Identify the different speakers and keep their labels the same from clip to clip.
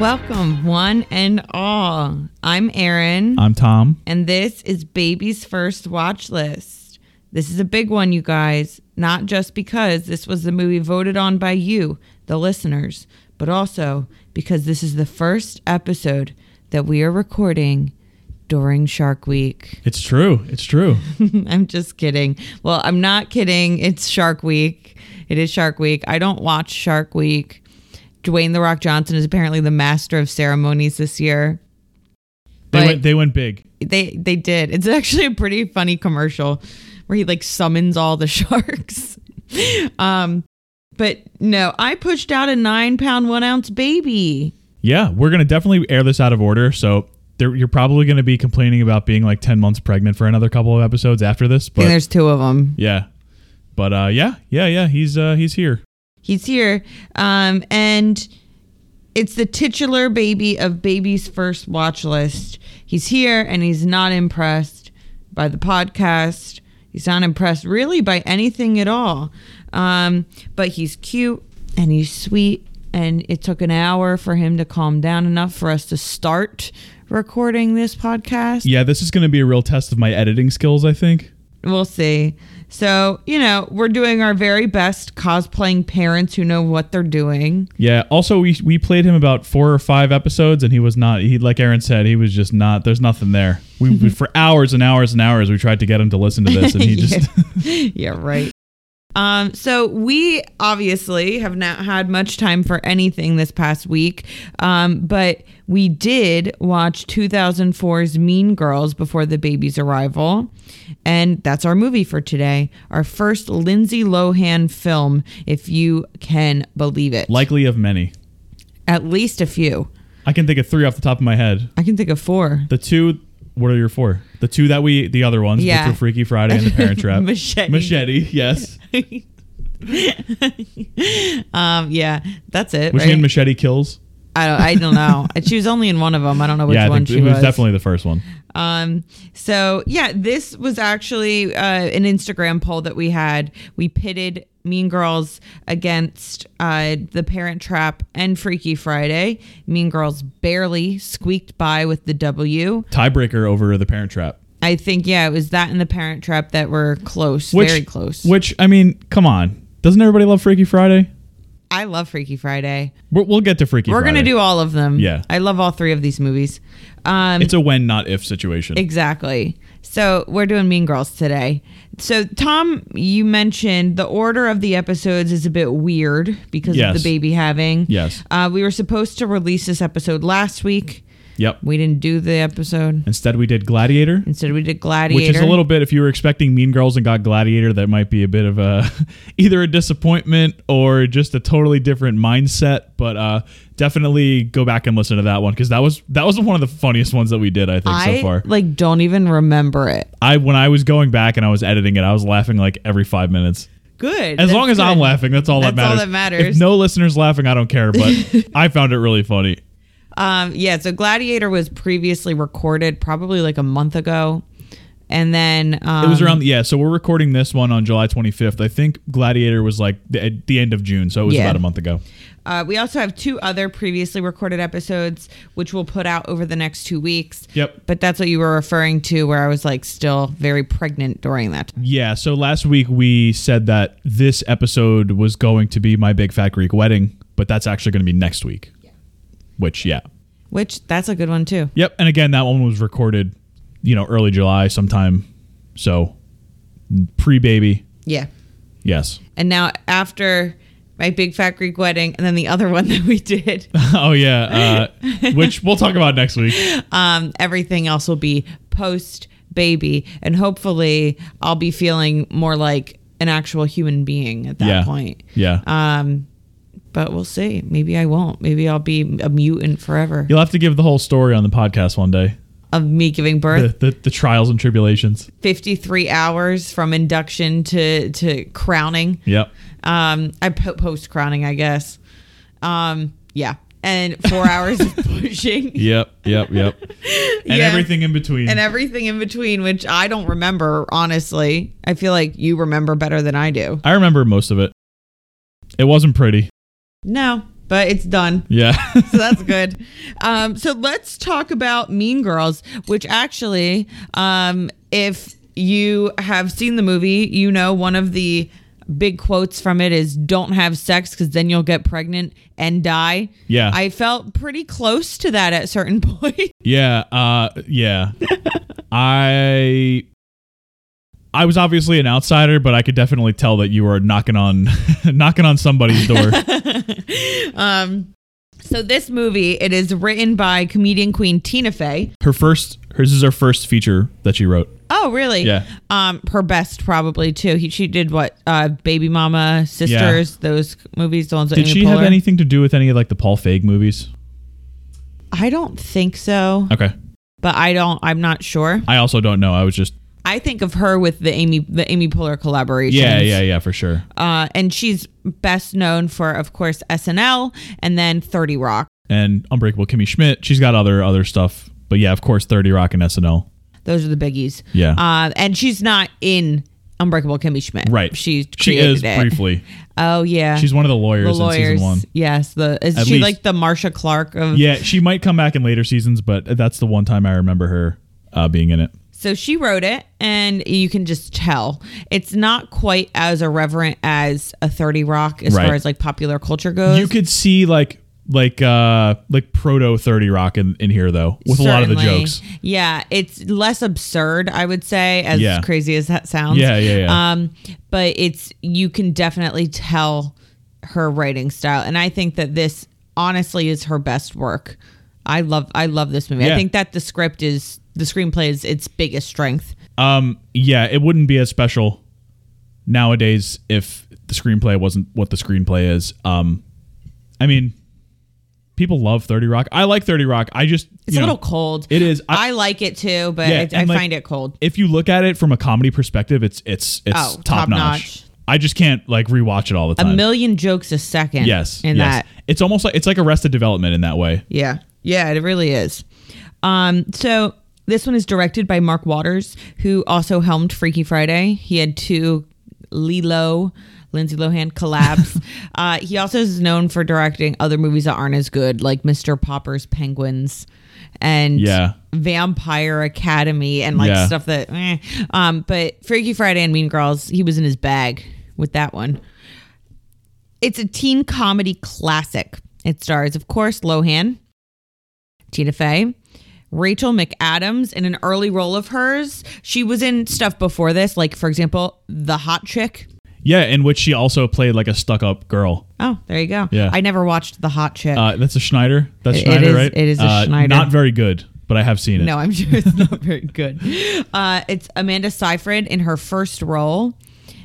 Speaker 1: Welcome, one and all. I'm Erin,
Speaker 2: I'm Tom.
Speaker 1: and this is Baby's First Watch List. This is a big one, you guys, not just because this was the movie voted on by you, the listeners, but also because this is the first episode that we are recording during Shark Week.
Speaker 2: It's true. It's true.
Speaker 1: I'm just kidding. Well, I'm not kidding. It's Shark Week. It is Shark Week. I don't watch Shark Week. Dwayne The Rock Johnson is apparently the master of ceremonies this year.
Speaker 2: They
Speaker 1: Like-
Speaker 2: went. They went big.
Speaker 1: They they did. It's actually a pretty funny commercial where he like summons all the sharks. um but no, I pushed out a 9 pound 1 ounce baby.
Speaker 2: Yeah, we're gonna definitely air this out of order. So there, you're probably gonna be complaining about being like ten months pregnant for another couple of episodes after this.
Speaker 1: and
Speaker 2: But
Speaker 1: there's two of them.
Speaker 2: yeah, but uh, yeah, yeah, yeah. He's uh, he's here.
Speaker 1: He's here. Um, and it's the titular baby of Baby's First Watch List. He's here and he's not impressed by the podcast. He's not impressed really by anything at all. Um, but he's cute and he's sweet. And it took an hour for him to calm down enough for us to start recording this podcast.
Speaker 2: Yeah, this is gonna be a real test of my editing skills. I think.
Speaker 1: We'll see. So, you know, we're doing our very best cosplaying parents who know what they're doing.
Speaker 2: Yeah. Also, we we played him about four or five episodes, and he was not. He like Aaron said, he was just not. There's nothing there. We, we for hours and hours and hours, we tried to get him to listen to this, and he just.
Speaker 1: yeah. yeah, right. Um, so we obviously have not had much time for anything this past week, um, but we did watch 2004's Mean Girls before the baby's arrival, and that's our movie for today. Our first Lindsay Lohan film, if you can believe it.
Speaker 2: likely of many.
Speaker 1: at least a few.
Speaker 2: I can think of three off the top of my head.
Speaker 1: I can think of four.
Speaker 2: The two. What are your four? The two that we, the other ones,
Speaker 1: Yeah.
Speaker 2: which were Freaky Friday and the Parent Trap,
Speaker 1: Machete.
Speaker 2: Machete, yes.
Speaker 1: Um, yeah, that's it.
Speaker 2: Which
Speaker 1: right?
Speaker 2: mean Machete kills?
Speaker 1: I don't. I don't know. she was only in one of them. I don't know which
Speaker 2: yeah, I
Speaker 1: one
Speaker 2: think
Speaker 1: she
Speaker 2: it was,
Speaker 1: was.
Speaker 2: definitely the first one.
Speaker 1: Um, so yeah, this was actually uh, an Instagram poll that we had. We pitted Mean Girls against uh, The Parent Trap and Freaky Friday. Mean Girls barely squeaked by with the W.
Speaker 2: Tiebreaker over the Parent Trap.
Speaker 1: I think yeah, it was that and The Parent Trap that were close,
Speaker 2: Which,
Speaker 1: very close.
Speaker 2: Which I mean, come on, doesn't everybody love Freaky Friday?
Speaker 1: I love Freaky Friday.
Speaker 2: We're, we'll get to Freaky.
Speaker 1: We're
Speaker 2: Friday.
Speaker 1: gonna do all of them.
Speaker 2: Yeah.
Speaker 1: I love all three of these movies. Um,
Speaker 2: It's a when not if situation.
Speaker 1: Exactly. So we're doing Mean Girls today. So Tom, you mentioned the order of the episodes is a bit weird because of the
Speaker 2: Yes.
Speaker 1: baby having.
Speaker 2: Yes.
Speaker 1: Uh, we were supposed to release this episode last week.
Speaker 2: yep.
Speaker 1: We didn't do the episode.
Speaker 2: Instead, we did Gladiator,
Speaker 1: Instead, we did Gladiator.
Speaker 2: which is a little bit. If you were expecting Mean Girls and got Gladiator, that might be a bit of a either a disappointment or just a totally different mindset. But uh, definitely go back and listen to that one because that was that was one of the funniest ones that we did. I think
Speaker 1: I
Speaker 2: so far.
Speaker 1: like don't even remember it.
Speaker 2: I when I was going back and I was editing it, I was laughing like every five minutes.
Speaker 1: Good.
Speaker 2: As
Speaker 1: That's
Speaker 2: long as I'm
Speaker 1: good.
Speaker 2: laughing, that's all that
Speaker 1: That's all
Speaker 2: matters.
Speaker 1: that matters.
Speaker 2: If no listeners laughing, I don't care. But I found it really funny.
Speaker 1: Um, yeah, so Gladiator was previously recorded probably like a month ago, and then um,
Speaker 2: It was around yeah. So we're recording this one on July 25th. I think Gladiator was like the, at the end of June, so it was
Speaker 1: Yeah.
Speaker 2: about a month ago.
Speaker 1: Uh, we also have two other previously recorded episodes, which we'll put out over the next two weeks.
Speaker 2: Yep.
Speaker 1: But that's what you were referring to, where I was like still very pregnant during that time.
Speaker 2: Yeah. So last week we said that this episode was going to be my big fat Greek wedding, but that's actually going to be next week. Which yeah.
Speaker 1: Which that's a good one too.
Speaker 2: Yep. And again, that one was recorded, you know, early July sometime. So pre baby.
Speaker 1: Yeah.
Speaker 2: Yes.
Speaker 1: And now after my big fat Greek wedding, and then the other one that we did,
Speaker 2: oh yeah. Uh, which we'll talk about next week.
Speaker 1: um, everything else will be post baby, and hopefully I'll be feeling more like an actual human being at that
Speaker 2: yeah.
Speaker 1: point.
Speaker 2: Yeah.
Speaker 1: Um, but we'll see. Maybe I won't. Maybe I'll be a mutant forever.
Speaker 2: You'll have to give the whole story on the podcast one day.
Speaker 1: of me giving
Speaker 2: The,
Speaker 1: birth
Speaker 2: the, the trials and tribulations.
Speaker 1: 53 hours from induction to to crowning
Speaker 2: Yep.
Speaker 1: um i po- post crowning i guess um yeah and four hours of pushing
Speaker 2: Yep. Yep. Yep. and
Speaker 1: Yeah.
Speaker 2: everything in between.
Speaker 1: and everything in between which i don't remember honestly i feel like you remember better than i do
Speaker 2: I remember most of it. It wasn't pretty.
Speaker 1: no but it's done.
Speaker 2: Yeah.
Speaker 1: So that's good. Um, so let's talk about Mean Girls, which actually, um, if you have seen the movie, you know one of the big quotes from it is "Don't have sex because then you'll get pregnant and die."
Speaker 2: Yeah.
Speaker 1: I felt pretty close to that at certain point.
Speaker 2: yeah. Uh, yeah. I. I was obviously an outsider, but I could definitely tell that you were knocking on, knocking on somebody's door.
Speaker 1: um, so this movie, it is written by comedian queen Tina Fey.
Speaker 2: her first, hers is her first feature that she wrote.
Speaker 1: Oh, really?
Speaker 2: Yeah.
Speaker 1: Um, her best probably too. He, she did what? Uh, Baby Mama, Sisters, those movies, the ones with
Speaker 2: Did
Speaker 1: Amy
Speaker 2: she have
Speaker 1: Poehler.
Speaker 2: anything to do with any of like the Paul Feig movies?
Speaker 1: I don't think so,
Speaker 2: Okay,
Speaker 1: but I don't. I'm not sure.
Speaker 2: I also don't know. I was just
Speaker 1: I think of her with the Amy, the Amy Poehler collaboration.
Speaker 2: yeah, yeah, yeah, for sure.
Speaker 1: Uh, and she's best known for, of course, SNL and then Thirty Rock.
Speaker 2: And Unbreakable Kimmy Schmidt. She's got other other stuff, but yeah, of course, Thirty Rock and SNL.
Speaker 1: Those are the biggies.
Speaker 2: Yeah.
Speaker 1: Uh, and she's not in Unbreakable Kimmy Schmidt.
Speaker 2: Right.
Speaker 1: She
Speaker 2: She is
Speaker 1: created it.
Speaker 2: briefly.
Speaker 1: Oh yeah.
Speaker 2: She's one of the
Speaker 1: the
Speaker 2: lawyers, in
Speaker 1: lawyers.
Speaker 2: season one.
Speaker 1: Yes. The is
Speaker 2: At
Speaker 1: she
Speaker 2: least.
Speaker 1: like the Marsha Clark of
Speaker 2: Yeah, she might come back in later seasons, but that's the one time I remember her uh, being in it.
Speaker 1: So she wrote it, and you can just tell it's not quite as irreverent as a Thirty Rock as
Speaker 2: Right.
Speaker 1: far as like popular culture goes.
Speaker 2: You could see like like uh like proto Thirty Rock in, in here though, with a lot of the
Speaker 1: Certainly.
Speaker 2: jokes.
Speaker 1: Yeah, it's less absurd, I would say, as
Speaker 2: Yeah.
Speaker 1: crazy as that sounds.
Speaker 2: Yeah, yeah, yeah.
Speaker 1: Um, but it's you can definitely tell her writing style, and I think that this honestly is her best work. I love, I love this movie.
Speaker 2: Yeah.
Speaker 1: I think that the script is the screenplay is its biggest strength.
Speaker 2: Um, yeah, it wouldn't be as special nowadays if the screenplay wasn't what the screenplay is. Um, I mean, people love Thirty Rock. I like Thirty Rock. I just
Speaker 1: It's
Speaker 2: you
Speaker 1: a
Speaker 2: know,
Speaker 1: little cold.
Speaker 2: It is. I,
Speaker 1: I, like it too, but
Speaker 2: Yeah,
Speaker 1: it- I
Speaker 2: and, like,
Speaker 1: find it cold.
Speaker 2: if you look at it from a comedy perspective, it's it's it's
Speaker 1: Oh,
Speaker 2: top, notch.
Speaker 1: top-notch.
Speaker 2: I just can't like rewatch it all the
Speaker 1: A
Speaker 2: time.
Speaker 1: million jokes a second.
Speaker 2: yes,
Speaker 1: In
Speaker 2: yes.
Speaker 1: that.
Speaker 2: It's almost like it's like Arrested Development in that way.
Speaker 1: Yeah. Yeah, it really is. Um, so this one is directed by Mark Waters, who also helmed Freaky Friday. He had two Lilo, Lindsay Lohan collabs. uh, he also is known for directing other movies that aren't as good, like Mr. Popper's Penguins and
Speaker 2: Yeah.
Speaker 1: Vampire Academy and like
Speaker 2: Yeah.
Speaker 1: stuff that. eh. Um, but Freaky Friday and Mean Girls, he was in his bag with that one. It's a teen comedy classic. It stars, of course, Lohan, Tina Fey, Rachel McAdams in an early role of hers. She was in stuff before this, like, for example, The Hot Chick.
Speaker 2: Yeah, in which she also played like a stuck up girl.
Speaker 1: Oh, there you go.
Speaker 2: Yeah.
Speaker 1: I never watched The Hot Chick.
Speaker 2: Uh, that's a Schneider. That's
Speaker 1: It- it
Speaker 2: Schneider,
Speaker 1: is-
Speaker 2: right?
Speaker 1: it is a
Speaker 2: Uh,
Speaker 1: Schneider.
Speaker 2: Not very good, but I have seen it.
Speaker 1: no, I'm sure it's not very good. Uh, it's Amanda Seyfried in her first role,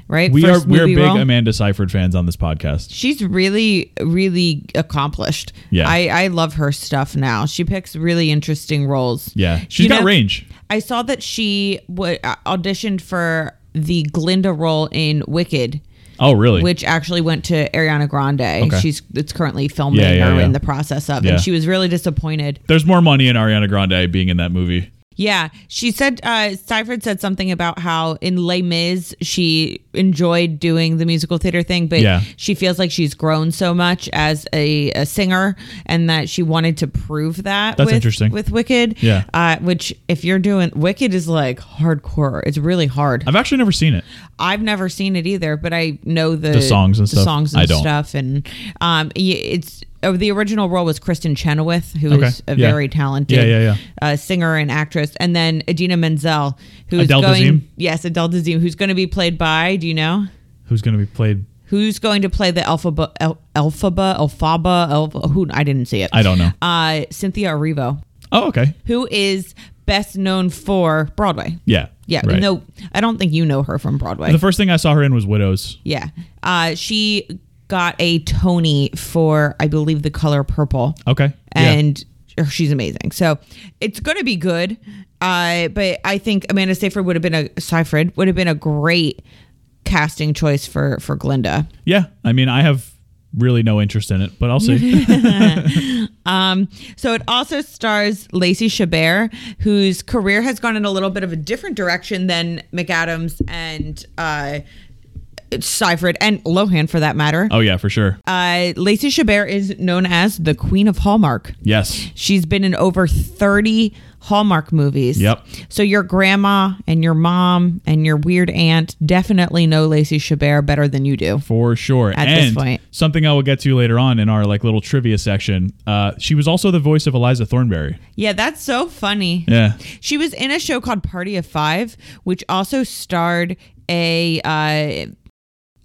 Speaker 1: right?
Speaker 2: We
Speaker 1: first
Speaker 2: are we're
Speaker 1: movie
Speaker 2: big
Speaker 1: role.
Speaker 2: Amanda Seyfried fans on this podcast.
Speaker 1: She's really, really accomplished.
Speaker 2: Yeah.
Speaker 1: I, I love her stuff now. She picks really interesting roles.
Speaker 2: Yeah, she's
Speaker 1: she's
Speaker 2: got range.
Speaker 1: I saw that she w- auditioned for the Glinda role in Wicked,
Speaker 2: Oh, really?
Speaker 1: which actually went to Ariana Grande. She's it's currently filming
Speaker 2: Yeah, yeah,
Speaker 1: or
Speaker 2: yeah.
Speaker 1: in the process of,
Speaker 2: Yeah.
Speaker 1: and she was really disappointed.
Speaker 2: There's more money in Ariana Grande being in that movie.
Speaker 1: Yeah, she said uh, Seyfried said something about how in Les Mis she enjoyed doing the musical theater thing, but
Speaker 2: Yeah.
Speaker 1: she feels like she's grown so much as a, a singer, and that she wanted to prove that.
Speaker 2: That's
Speaker 1: with,
Speaker 2: interesting.
Speaker 1: With Wicked,
Speaker 2: Yeah.
Speaker 1: Uh, which if you're doing Wicked is like hardcore. It's really hard.
Speaker 2: I've actually never seen it.
Speaker 1: I've never seen it either, but I know the,
Speaker 2: The songs and
Speaker 1: the
Speaker 2: stuff?
Speaker 1: songs
Speaker 2: I
Speaker 1: and
Speaker 2: don't.
Speaker 1: stuff, and um, y- it's oh, the original role was Kristen Chenoweth, who is
Speaker 2: Okay,
Speaker 1: a
Speaker 2: yeah.
Speaker 1: very talented,
Speaker 2: Yeah, yeah, yeah.
Speaker 1: Uh, singer and actress, and then Adina Menzel, who is
Speaker 2: Adele
Speaker 1: going,
Speaker 2: Dazeem?
Speaker 1: yes, Adele Dazeem, who's going to be played by, do you know?
Speaker 2: Who's going to be played?
Speaker 1: Who's going to play the Alphaba, El, Alphaba, Alphaba, Alpha, who I didn't see it.
Speaker 2: I don't know.
Speaker 1: Uh, Cynthia Erivo,
Speaker 2: Oh, okay.
Speaker 1: who is best known for Broadway.
Speaker 2: Yeah.
Speaker 1: Yeah,
Speaker 2: Right.
Speaker 1: no, I don't think you know her from Broadway.
Speaker 2: The first thing I saw her in was Widows.
Speaker 1: Yeah. Uh, she got a Tony for, I believe, the color purple.
Speaker 2: Okay.
Speaker 1: And she's amazing. So it's going to be good. Uh, but I think Amanda Seyfried would have been a Seyfried would have been a great casting choice for for Glinda.
Speaker 2: yeah. yeah. I mean, I have really no interest in it, but I'll see.
Speaker 1: Um, So it also stars Lacey Chabert, whose career has gone in a little bit of a different direction than McAdams and uh, Seyfried and Lohan for that matter.
Speaker 2: Oh yeah, for sure.
Speaker 1: Uh, Lacey Chabert is known as the Queen of Hallmark.
Speaker 2: Yes.
Speaker 1: She's been in over 30 Hallmark movies.
Speaker 2: Yep.
Speaker 1: So your grandma and your mom and your weird aunt definitely know Lacey Chabert better than you do.
Speaker 2: For sure.
Speaker 1: At
Speaker 2: and
Speaker 1: this point.
Speaker 2: something I will get to later on in our like little trivia section. Uh, she was also the voice of Eliza Thornberry.
Speaker 1: Yeah, that's so funny.
Speaker 2: Yeah.
Speaker 1: She was in a show called Party of Five, which also starred a uh,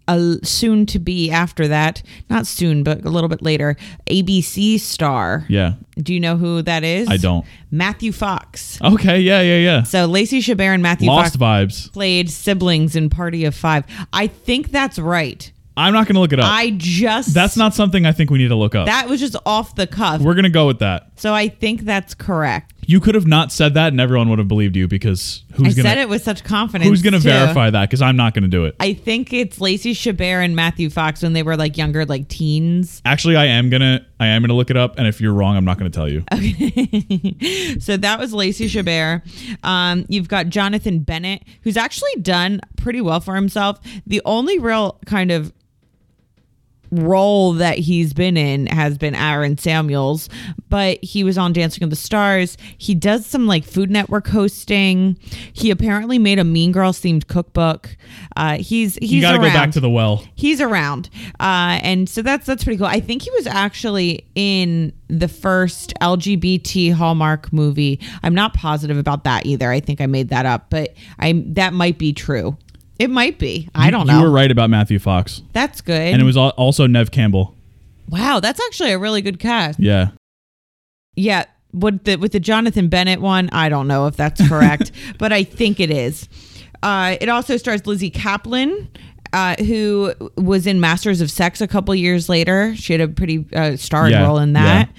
Speaker 1: a soon to be after that, not soon, but a little bit later, ABC star.
Speaker 2: Yeah.
Speaker 1: Do you know who that is?
Speaker 2: I don't.
Speaker 1: Matthew Fox.
Speaker 2: Okay. Yeah. Yeah. Yeah.
Speaker 1: So Lacey Chabert and Matthew Fox
Speaker 2: Lost vibes.
Speaker 1: played siblings in Party of Five. I think that's right.
Speaker 2: I'm not gonna look it up.
Speaker 1: I just
Speaker 2: Oh. That's not something I think we need to look up.
Speaker 1: that was just off the cuff.
Speaker 2: We're gonna go with that.
Speaker 1: So I think that's correct.
Speaker 2: You could have not said that, and everyone would have believed you because who's
Speaker 1: I
Speaker 2: gonna
Speaker 1: said it with such confidence.
Speaker 2: who's gonna
Speaker 1: too.
Speaker 2: verify that? Because I'm not gonna do it.
Speaker 1: I think it's Lacey Chabert and Matthew Fox when they were like younger, like teens.
Speaker 2: Actually, I am gonna I am gonna look it up, and if you're wrong, I'm not gonna tell you.
Speaker 1: So that was Lacey Chabert. Um, you've got Jonathan Bennett, who's actually done pretty well for himself. The only real kind of role that he's been in has been Aaron Samuels, but he was on Dancing with the Stars. He does some like Food Network hosting. He apparently made a Mean Girls themed cookbook. Uh, he's he's
Speaker 2: you gotta
Speaker 1: around
Speaker 2: go back to the well.
Speaker 1: he's around uh, and so that's that's pretty cool i think he was actually in the first lgbt hallmark movie i'm not positive about that either i think i made that up but i that might be true it might be i don't know
Speaker 2: You were right about Matthew Fox,
Speaker 1: that's good
Speaker 2: and it was al- also Nev Campbell.
Speaker 1: wow that's actually a really good cast
Speaker 2: Yeah.
Speaker 1: yeah with the with the jonathan bennett one i don't know if that's correct but i think it is uh, it also stars lizzie kaplan uh, who was in masters of sex a couple years later she had a pretty uh, starred
Speaker 2: Yeah,
Speaker 1: role in that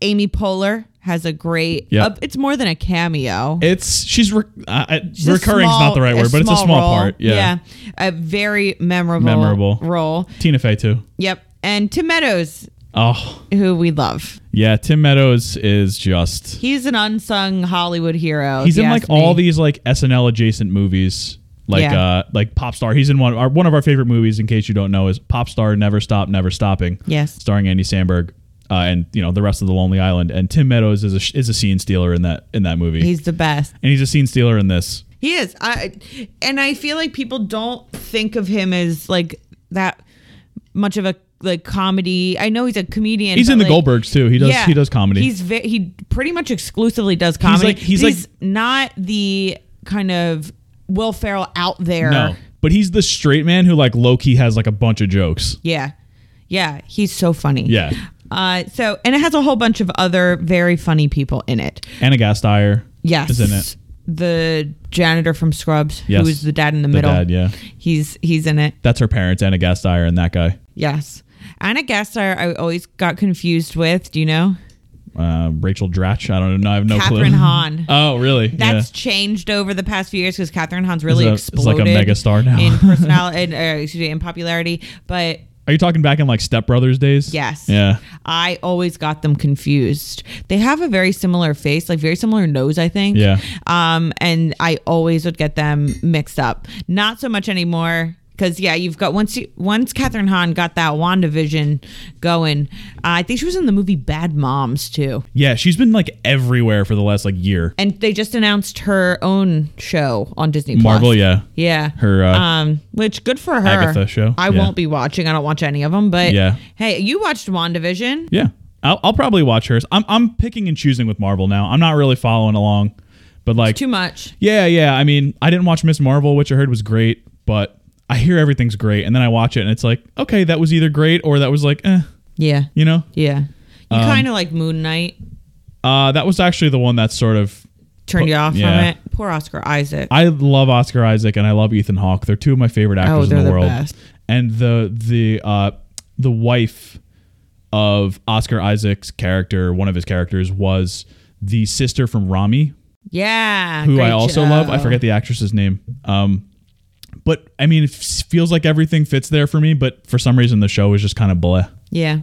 Speaker 1: amy poehler has a great
Speaker 2: Yeah.
Speaker 1: uh, it's more than a cameo
Speaker 2: It's she's re- uh,
Speaker 1: It's a
Speaker 2: recurring's not
Speaker 1: small-
Speaker 2: the right word, but it's a small
Speaker 1: role.
Speaker 2: part. Yeah.
Speaker 1: a very memorable,
Speaker 2: Memorable.
Speaker 1: role.
Speaker 2: Tina Fey too.
Speaker 1: Yep, and Tim Meadows,
Speaker 2: Oh
Speaker 1: who we love,
Speaker 2: yeah, Tim Meadows is just
Speaker 1: he's an unsung Hollywood hero. if
Speaker 2: he's
Speaker 1: you
Speaker 2: in like
Speaker 1: ask
Speaker 2: all
Speaker 1: me.
Speaker 2: these like SNL adjacent movies. Like
Speaker 1: Yeah.
Speaker 2: uh like pop star. He's in one our, one of our favorite movies in case you don't know is Pop Star Never Stop Never Stopping.
Speaker 1: Yes.
Speaker 2: Starring Andy Samberg uh, and you know the rest of the Lonely Island and Tim Meadows is a is a scene stealer in that in that movie.
Speaker 1: He's the best.
Speaker 2: and he's a scene stealer in this.
Speaker 1: He is. I and I feel like people don't think of him as like that much of a like comedy. I know he's a comedian.
Speaker 2: He's
Speaker 1: but,
Speaker 2: in the
Speaker 1: like,
Speaker 2: Goldbergs too. He does
Speaker 1: yeah,
Speaker 2: he does comedy.
Speaker 1: He's ve- he pretty much exclusively does comedy.
Speaker 2: like- he's
Speaker 1: He's, not the kind of Will Ferrell out there.
Speaker 2: no. But he's the straight man who like low key has like a bunch of jokes.
Speaker 1: Yeah. Yeah, he's so funny.
Speaker 2: Yeah.
Speaker 1: Uh, so and it has a whole bunch of other very funny people in it.
Speaker 2: Anna Gasteyer.
Speaker 1: Yes.
Speaker 2: Is in it.
Speaker 1: The janitor from Scrubs,
Speaker 2: Yes.
Speaker 1: who is the dad in the,
Speaker 2: The
Speaker 1: middle.
Speaker 2: dad, yeah.
Speaker 1: He's he's in it.
Speaker 2: That's her parents, Anna Gasteyer and that guy.
Speaker 1: Yes. Anna Gasteyer, I always got confused with, do you know?
Speaker 2: Uh, Rachel Dratch. I don't know. I have no clue.
Speaker 1: Catherine Hahn.
Speaker 2: Oh, really?
Speaker 1: That's
Speaker 2: yeah.
Speaker 1: changed over the past few years because Catherine Hahn's really
Speaker 2: a- is like a
Speaker 1: exploded.
Speaker 2: megastar now.
Speaker 1: in personality, in, uh, excuse me, in popularity. But
Speaker 2: Are you talking back in like Step Brothers days?
Speaker 1: yes,
Speaker 2: Yeah.
Speaker 1: I always got them confused. They have a very similar face, like very similar nose, I think.
Speaker 2: Yeah.
Speaker 1: Um, and I always would get them mixed up. Not so much anymore. Cause yeah, you've got once you, once Catherine Hahn got that WandaVision going, uh, I think she was in the movie Bad Moms too.
Speaker 2: Yeah. She's been like everywhere for the last like year.
Speaker 1: and they just announced her own show on Disney Plus.
Speaker 2: Marvel. Yeah.
Speaker 1: Yeah.
Speaker 2: Her, uh,
Speaker 1: um which good for her.
Speaker 2: Agatha show,
Speaker 1: I
Speaker 2: yeah.
Speaker 1: won't be watching. I don't watch any of them, but
Speaker 2: Yeah.
Speaker 1: hey, you watched WandaVision?
Speaker 2: Yeah. I'll, I'll probably watch hers. I'm, I'm picking and choosing with Marvel now. I'm not really following along, but like,
Speaker 1: Too much.
Speaker 2: yeah, yeah. I mean, I didn't watch Miss Marvel, which I heard was great, but I hear everything's great. And then I watch it and it's like, okay, that was either great or that was like, eh,
Speaker 1: Yeah.
Speaker 2: you know?
Speaker 1: Yeah. You
Speaker 2: Um,
Speaker 1: kind of like Moon Knight
Speaker 2: Uh, that was actually the one that sort of
Speaker 1: turned you off
Speaker 2: yeah.
Speaker 1: from it. Poor Oscar Isaac.
Speaker 2: I love Oscar Isaac and I love Ethan Hawke. They're two of my favorite actors
Speaker 1: Oh, they're
Speaker 2: in the
Speaker 1: the
Speaker 2: world.
Speaker 1: best.
Speaker 2: And the the uh, the wife of Oscar Isaac's character, one of his characters, was the sister from Rami,
Speaker 1: yeah.
Speaker 2: who
Speaker 1: great
Speaker 2: I also
Speaker 1: show.
Speaker 2: love. I forget the actress's name. Um, but I mean, it f- feels like everything fits there for me. But for some reason, the show is just kind of bleh.
Speaker 1: Yeah.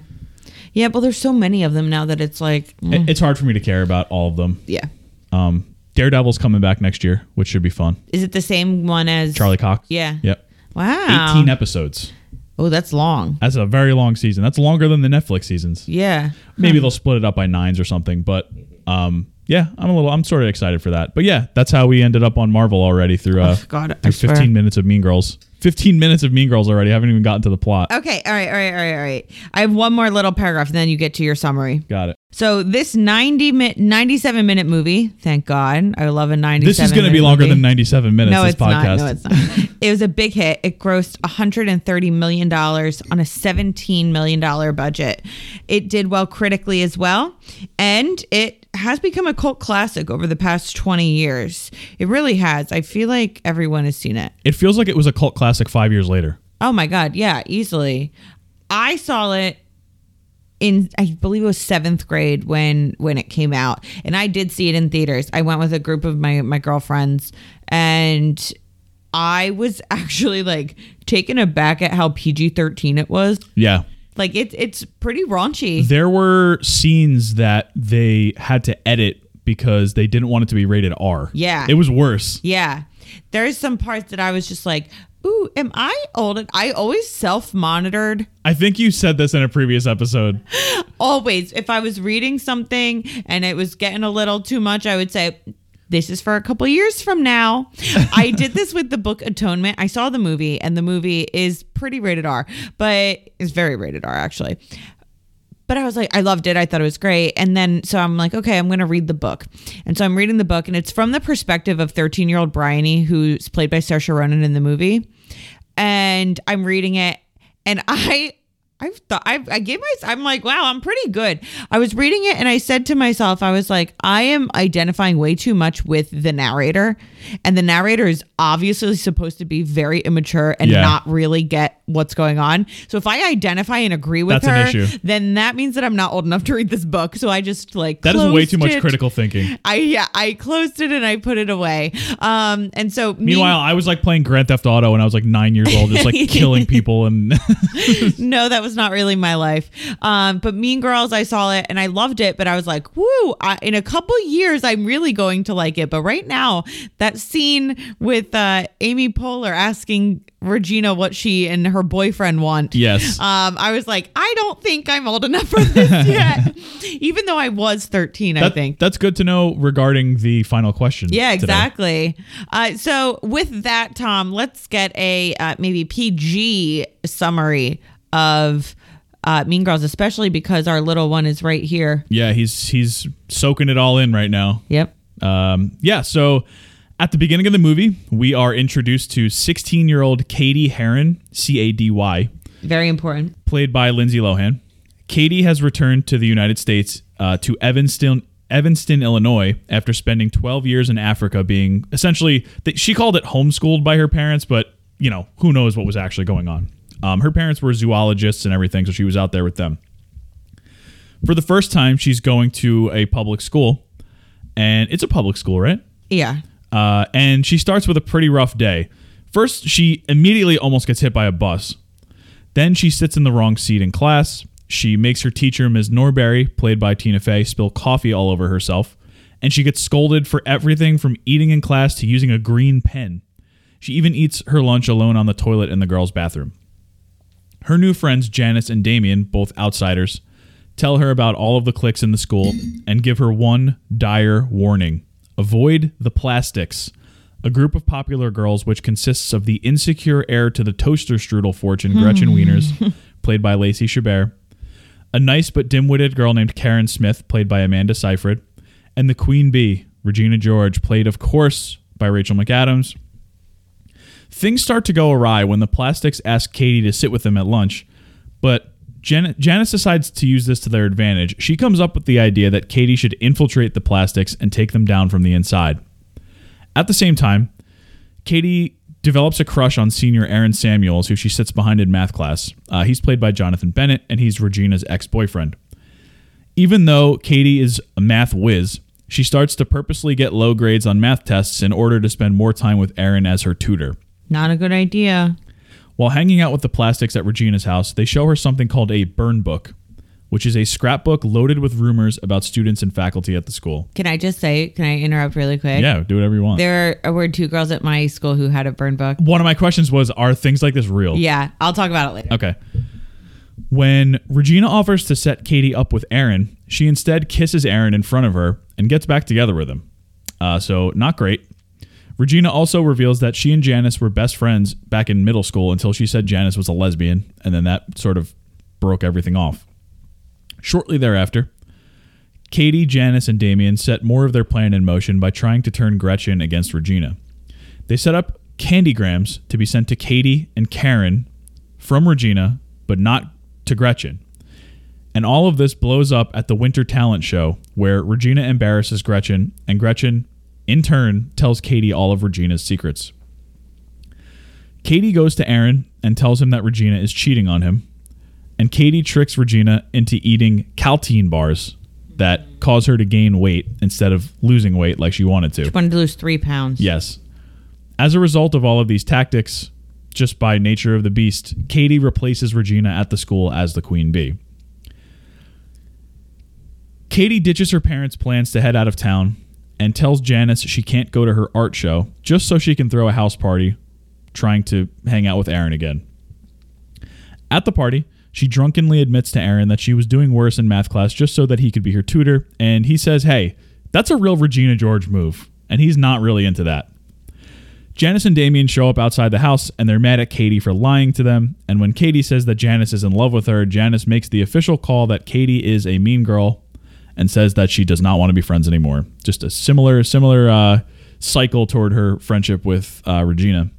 Speaker 1: Yeah, well there's so many of them now that it's like mm,
Speaker 2: It- It's hard for me to care about all of them.
Speaker 1: yeah.
Speaker 2: Um, Daredevil's coming back next year, which should be fun.
Speaker 1: Is it the same one as
Speaker 2: Charlie Cox.
Speaker 1: Yeah. Um,
Speaker 2: Yep.
Speaker 1: Wow.
Speaker 2: 18 episodes.
Speaker 1: Oh, that's long.
Speaker 2: That's a very long season. That's longer than the Netflix seasons.
Speaker 1: Yeah.
Speaker 2: Maybe they'll split it up by nines or something, but um yeah, I'm a little I'm sort of excited for that. But yeah, that's how we ended up on Marvel already through uh
Speaker 1: Oh, God, I
Speaker 2: through
Speaker 1: swear.
Speaker 2: 15 minutes of Mean Girls. 15 minutes of Mean Girls already. I haven't even gotten to the plot.
Speaker 1: Okay. All right. All right. All right. All right. I have one more little paragraph, and then you get to your summary.
Speaker 2: Got it.
Speaker 1: So this 90 mi- 97 minute movie, thank God. I love a 97
Speaker 2: This is going to be
Speaker 1: minute
Speaker 2: longer
Speaker 1: movie.
Speaker 2: than 97 minutes
Speaker 1: No,
Speaker 2: this
Speaker 1: it's not.
Speaker 2: podcast.
Speaker 1: No, it's not. it was a big hit. It grossed 130 million dollars on a 17 million dollar budget. It did well critically as well, and it has become a cult classic over the past 20 years. It really has. I feel like everyone has seen it.
Speaker 2: It feels like it was a cult classic 5 years later.
Speaker 1: Oh my god, yeah, easily. I saw it in I believe it was seventh grade when when it came out, and I did see it in theaters. I went with a group of my my girlfriends, and I was actually like taken aback at how PG thirteen it was.
Speaker 2: Yeah.
Speaker 1: Like it's it's pretty raunchy.
Speaker 2: There were scenes that they had to edit because they didn't want it to be rated R.
Speaker 1: Yeah.
Speaker 2: It was worse.
Speaker 1: Yeah. There's some parts that I was just like, ooh, am I old? And I always self monitored
Speaker 2: I think you said this in a previous episode.
Speaker 1: always if i was reading something and it was getting a little too much i would say this is for a couple years from now i did this with the book atonement i saw the movie and the movie is pretty rated r but it's very rated r actually but I was like, I loved it. I thought it was great. And then, so I'm like, okay, I'm going to read the book. And so I'm reading the book, and it's from the perspective of 13 year old Bryony, who's played by Saoirse Ronan in the movie. And I'm reading it, and I, I've thought, I, I gave my, I'm like, wow, I'm pretty good. I was reading it, and I said to myself, I was like, I am identifying way too much with the narrator. And the narrator is obviously supposed to be very immature and
Speaker 2: Yeah.
Speaker 1: not really get what's going on. So if I identify and agree with
Speaker 2: That's an
Speaker 1: her,
Speaker 2: issue.
Speaker 1: then that means that I'm not old enough to read this book. So I just like
Speaker 2: That is way too
Speaker 1: closed
Speaker 2: much
Speaker 1: it.
Speaker 2: critical thinking.
Speaker 1: I yeah, I closed it and I put it away. Um, and so mean-
Speaker 2: Meanwhile, I was like playing Grand Theft Auto when I was like nine years old, just like killing people. And
Speaker 1: no, that was not really my life. Um, but Mean Girls, I saw it and I loved it, but I was like, woo, I, in a couple years, I'm really going to like it. But right now, that scene with uh, Amy Poehler asking Regina what she and her boyfriend want.
Speaker 2: yes,
Speaker 1: Um, I was like, I don't think I'm old enough for this yet, even though I was 13, I
Speaker 2: That-
Speaker 1: think.
Speaker 2: that's good to know regarding the final question.
Speaker 1: Yeah,
Speaker 2: today.
Speaker 1: exactly. Uh, so with that, Tom, let's get a uh, maybe PG summary of uh, Mean Girls, especially because our little one is right here.
Speaker 2: Yeah, he's he's soaking it all in right now.
Speaker 1: Yep.
Speaker 2: Um, yeah, so at the beginning of the movie, we are introduced to 16 year old Katie Heron, C A D Y,
Speaker 1: Very important.
Speaker 2: played by Lindsay Lohan. Katie has returned to the United States uh, to Evanston, Evanston, Illinois, after spending 12 years in Africa, being essentially, th- she called it homeschooled by her parents, but you know, who knows what was actually going on. Um, her parents were zoologists and everything, so she was out there with them. For the first time, she's going to a public school, and it's a public school, right?
Speaker 1: Yeah.
Speaker 2: uh, and she starts with a pretty rough day. First, she immediately almost gets hit by a bus. Then she sits in the wrong seat in class. She makes her teacher, Ms. Norberry, played by Tina Fey, spill coffee all over herself. And she gets scolded for everything from eating in class to using a green pen. She even eats her lunch alone on the toilet in the girls' bathroom. Her new friends, Janice and Damien, both outsiders, tell her about all of the cliques in the school and give her one dire warning avoid the plastics, a group of popular girls which consists of the insecure heir to the toaster strudel fortune, Gretchen Wieners, played by Lacey Chabert, a nice but dim witted girl named Karen Smith, played by Amanda Seyfried, and the Queen Bee, Regina George, played, of course, by Rachel McAdams. Things start to go awry when the plastics ask Katie to sit with them at lunch, but Jan- Janice decides to use this to their advantage. She comes up with the idea that Katie should infiltrate the plastics and take them down from the inside. At the same time, Katie develops a crush on senior Aaron Samuels, who she sits behind in math class. Uh, he's played by Jonathan Bennett, and he's Regina's ex boyfriend. Even though Katie is a math whiz, she starts to purposely get low grades on math tests in order to spend more time with Aaron as her tutor.
Speaker 1: Not a good idea.
Speaker 2: While hanging out with the plastics at Regina's house, they show her something called a burn book. which is a scrapbook loaded with rumors about students and faculty at the school.
Speaker 1: Can I just say, can I interrupt really quick?
Speaker 2: Yeah, do whatever you want.
Speaker 1: There were two girls at my school who had a burn book.
Speaker 2: One of my questions was Are things like this real?
Speaker 1: Yeah, I'll talk about it later.
Speaker 2: Okay. When Regina offers to set Katie up with Aaron, she instead kisses Aaron in front of her and gets back together with him. Uh, so, not great. Regina also reveals that she and Janice were best friends back in middle school until she said Janice was a lesbian, and then that sort of broke everything off. Shortly thereafter, Katie, Janice, and Damien set more of their plan in motion by trying to turn Gretchen against Regina. They set up candygrams to be sent to Katie and Karen from Regina, but not to Gretchen. And all of this blows up at the Winter Talent Show, where Regina embarrasses Gretchen, and Gretchen, in turn, tells Katie all of Regina's secrets. Katie goes to Aaron and tells him that Regina is cheating on him, and Katie tricks Regina into eating caltine bars that cause her to gain weight instead of losing weight like she wanted to.
Speaker 1: Wanted to lose three pounds.
Speaker 2: Yes. As a result of all of these tactics, just by nature of the beast, Katie replaces Regina at the school as the queen bee. Katie ditches her parents' plans to head out of town and tells Janice she can't go to her art show just so she can throw a house party trying to hang out with Aaron again. At the party, she drunkenly admits to Aaron that she was doing worse in math class just so that he could be her tutor, and he says, Hey, that's a real Regina George move, and he's not really into that. Janice and Damien show up outside the house and they're mad at Katie for lying to them. And when Katie says that Janice is in love with her, Janice makes the official call that Katie is a mean girl and says that she does not want to be friends anymore. Just a similar, similar uh, cycle toward her friendship with uh, Regina.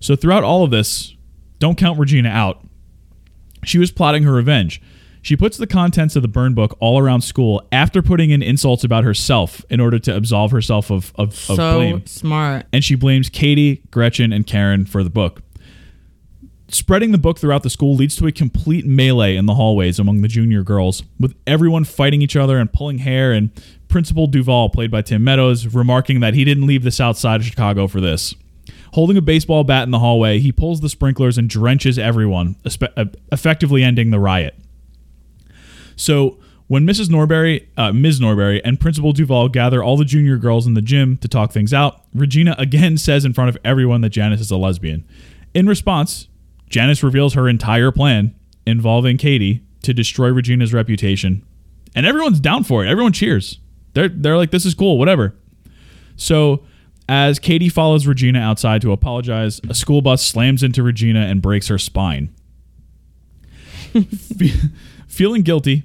Speaker 2: So throughout all of this, don't count Regina out. She was plotting her revenge. She puts the contents of the burn book all around school after putting in insults about herself in order to absolve herself of, of, of
Speaker 1: So
Speaker 2: Oh, blame
Speaker 1: smart.
Speaker 2: and she blames Katie, Gretchen, and Karen for the book. Spreading the book throughout the school leads to a complete melee in the hallways among the junior girls, with everyone fighting each other and pulling hair, and Principal Duval, played by Tim Meadows, remarking that he didn't leave the south side of Chicago for this. Holding a baseball bat in the hallway, he pulls the sprinklers and drenches everyone, espe- uh, effectively ending the riot. So when Mrs. Norbury, uh, Ms. Norbury, and Principal Duval gather all the junior girls in the gym to talk things out, Regina again says in front of everyone that Janice is a lesbian. In response, Janice reveals her entire plan involving Katie to destroy Regina's reputation, and everyone's down for it. Everyone cheers. They're they're like, "This is cool, whatever." So. As Katie follows Regina outside to apologize, a school bus slams into Regina and breaks her spine. Fe- Feeling guilty,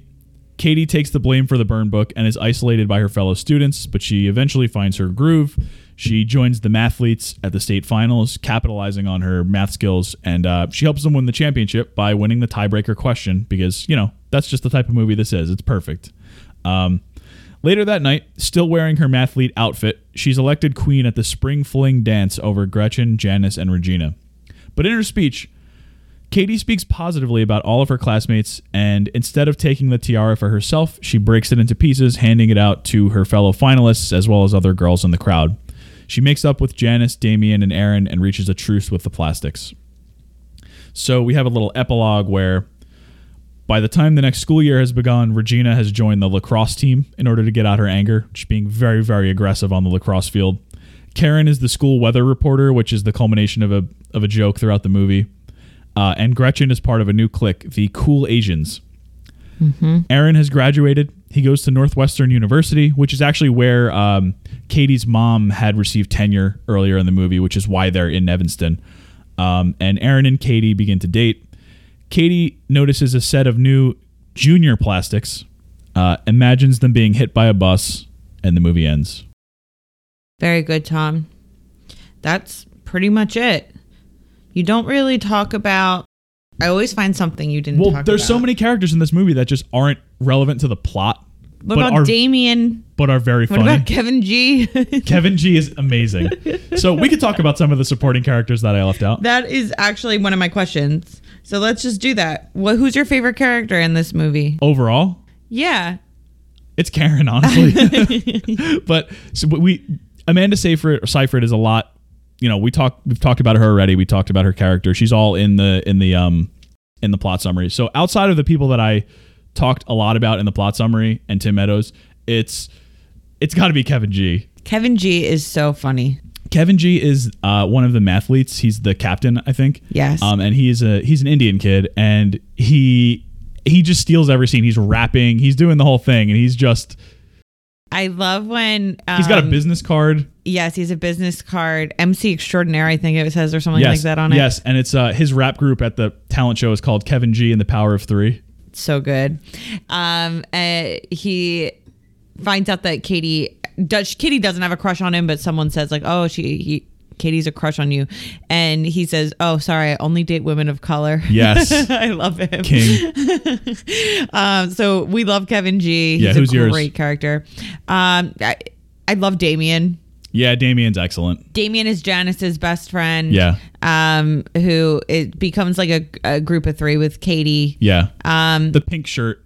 Speaker 2: Katie takes the blame for the burn book and is isolated by her fellow students, but she eventually finds her groove. She joins the mathletes at the state finals, capitalizing on her math skills, and uh, she helps them win the championship by winning the tiebreaker question because, you know, that's just the type of movie this is. It's perfect. Um, later that night, still wearing her mathlete outfit, she's elected queen at the spring fling dance over Gretchen, Janice, and Regina. But in her speech, Katie speaks positively about all of her classmates, and instead of taking the tiara for herself, she breaks it into pieces, handing it out to her fellow finalists as well as other girls in the crowd. She makes up with Janice, Damien, and Aaron and reaches a truce with the plastics. So we have a little epilogue where by the time the next school year has begun, Regina has joined the lacrosse team in order to get out her anger, just being very, very aggressive on the lacrosse field. Karen is the school weather reporter, which is the culmination of a of a joke throughout the movie. Uh, and Gretchen is part of a new clique, the Cool Asians.
Speaker 1: Mm-hmm.
Speaker 2: Aaron has graduated. He goes to Northwestern University, which is actually where um, Katie's mom had received tenure earlier in the movie, which is why they're in Evanston. Um, and Aaron and Katie begin to date. Katie notices a set of new junior plastics, uh, imagines them being hit by a bus, and the movie ends.
Speaker 1: Very good, Tom. That's pretty much it. You don't really talk about. I always find something you didn't.
Speaker 2: Well,
Speaker 1: talk
Speaker 2: there's so
Speaker 1: about.
Speaker 2: many characters in this movie that just aren't relevant to the plot,
Speaker 1: What
Speaker 2: but
Speaker 1: about
Speaker 2: are
Speaker 1: Damien?
Speaker 2: but are very
Speaker 1: What
Speaker 2: funny.
Speaker 1: about Kevin G?
Speaker 2: Kevin G is amazing. so we could talk about some of the supporting characters that I left out.
Speaker 1: that is actually one of my questions. So let's just do that. What? Who's your favorite character in this movie?
Speaker 2: Overall,
Speaker 1: Yeah,
Speaker 2: it's Karen, honestly. but so we Amanda Seyfried, Seyfried is a lot. You know, we talk we've talked about her already. We talked about her character. She's all in the in the um in the plot summary. So outside of the people that I talked a lot about in the plot summary and Tim Meadows, it's it's got to be Kevin G.
Speaker 1: Kevin G is so funny.
Speaker 2: Kevin G is uh, one of the mathletes. He's the captain, I think.
Speaker 1: Yes.
Speaker 2: Um, and he's a he's an Indian kid, and he he just steals every scene. He's rapping, he's doing the whole thing, and he's just
Speaker 1: I love when um,
Speaker 2: he's got a business card.
Speaker 1: Yes, he's a business card. MC Extraordinaire, I think it says, or something
Speaker 2: yes.
Speaker 1: like that on it.
Speaker 2: Yes, and it's uh, his rap group at the talent show is called Kevin G and the Power of Three.
Speaker 1: so good. Um, uh, he finds out that Katie Dutch Kitty doesn't have a crush on him, but someone says like, "Oh, she he, Katie's a crush on you," and he says, "Oh, sorry, I only date women of color."
Speaker 2: Yes.
Speaker 1: I love him.
Speaker 2: King.
Speaker 1: Um, so we love Kevin G.
Speaker 2: Yeah,
Speaker 1: He's
Speaker 2: who's
Speaker 1: a
Speaker 2: yours?
Speaker 1: great character. Um, I, I love Damien.
Speaker 2: yeah, Damien's excellent.
Speaker 1: Damien is Janice's best friend.
Speaker 2: Yeah.
Speaker 1: Um, who it becomes like a, a group of three with Katie.
Speaker 2: Yeah.
Speaker 1: Um,
Speaker 2: the pink shirt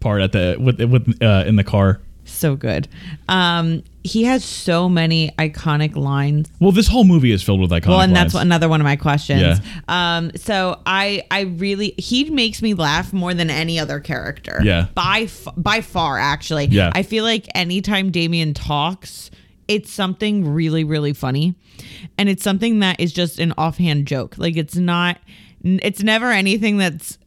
Speaker 2: part at the with with uh, in the car.
Speaker 1: so good. Um, he has so many iconic lines.
Speaker 2: Well, this whole movie is filled with iconic.
Speaker 1: Well, and that's
Speaker 2: lines.
Speaker 1: another one of my questions.
Speaker 2: Yeah.
Speaker 1: Um, so I, I really, he makes me laugh more than any other character.
Speaker 2: Yeah.
Speaker 1: By f- by far, actually.
Speaker 2: Yeah.
Speaker 1: I feel like anytime Damien talks, it's something really, really funny, and it's something that is just an offhand joke. Like it's not, n- it's never anything that's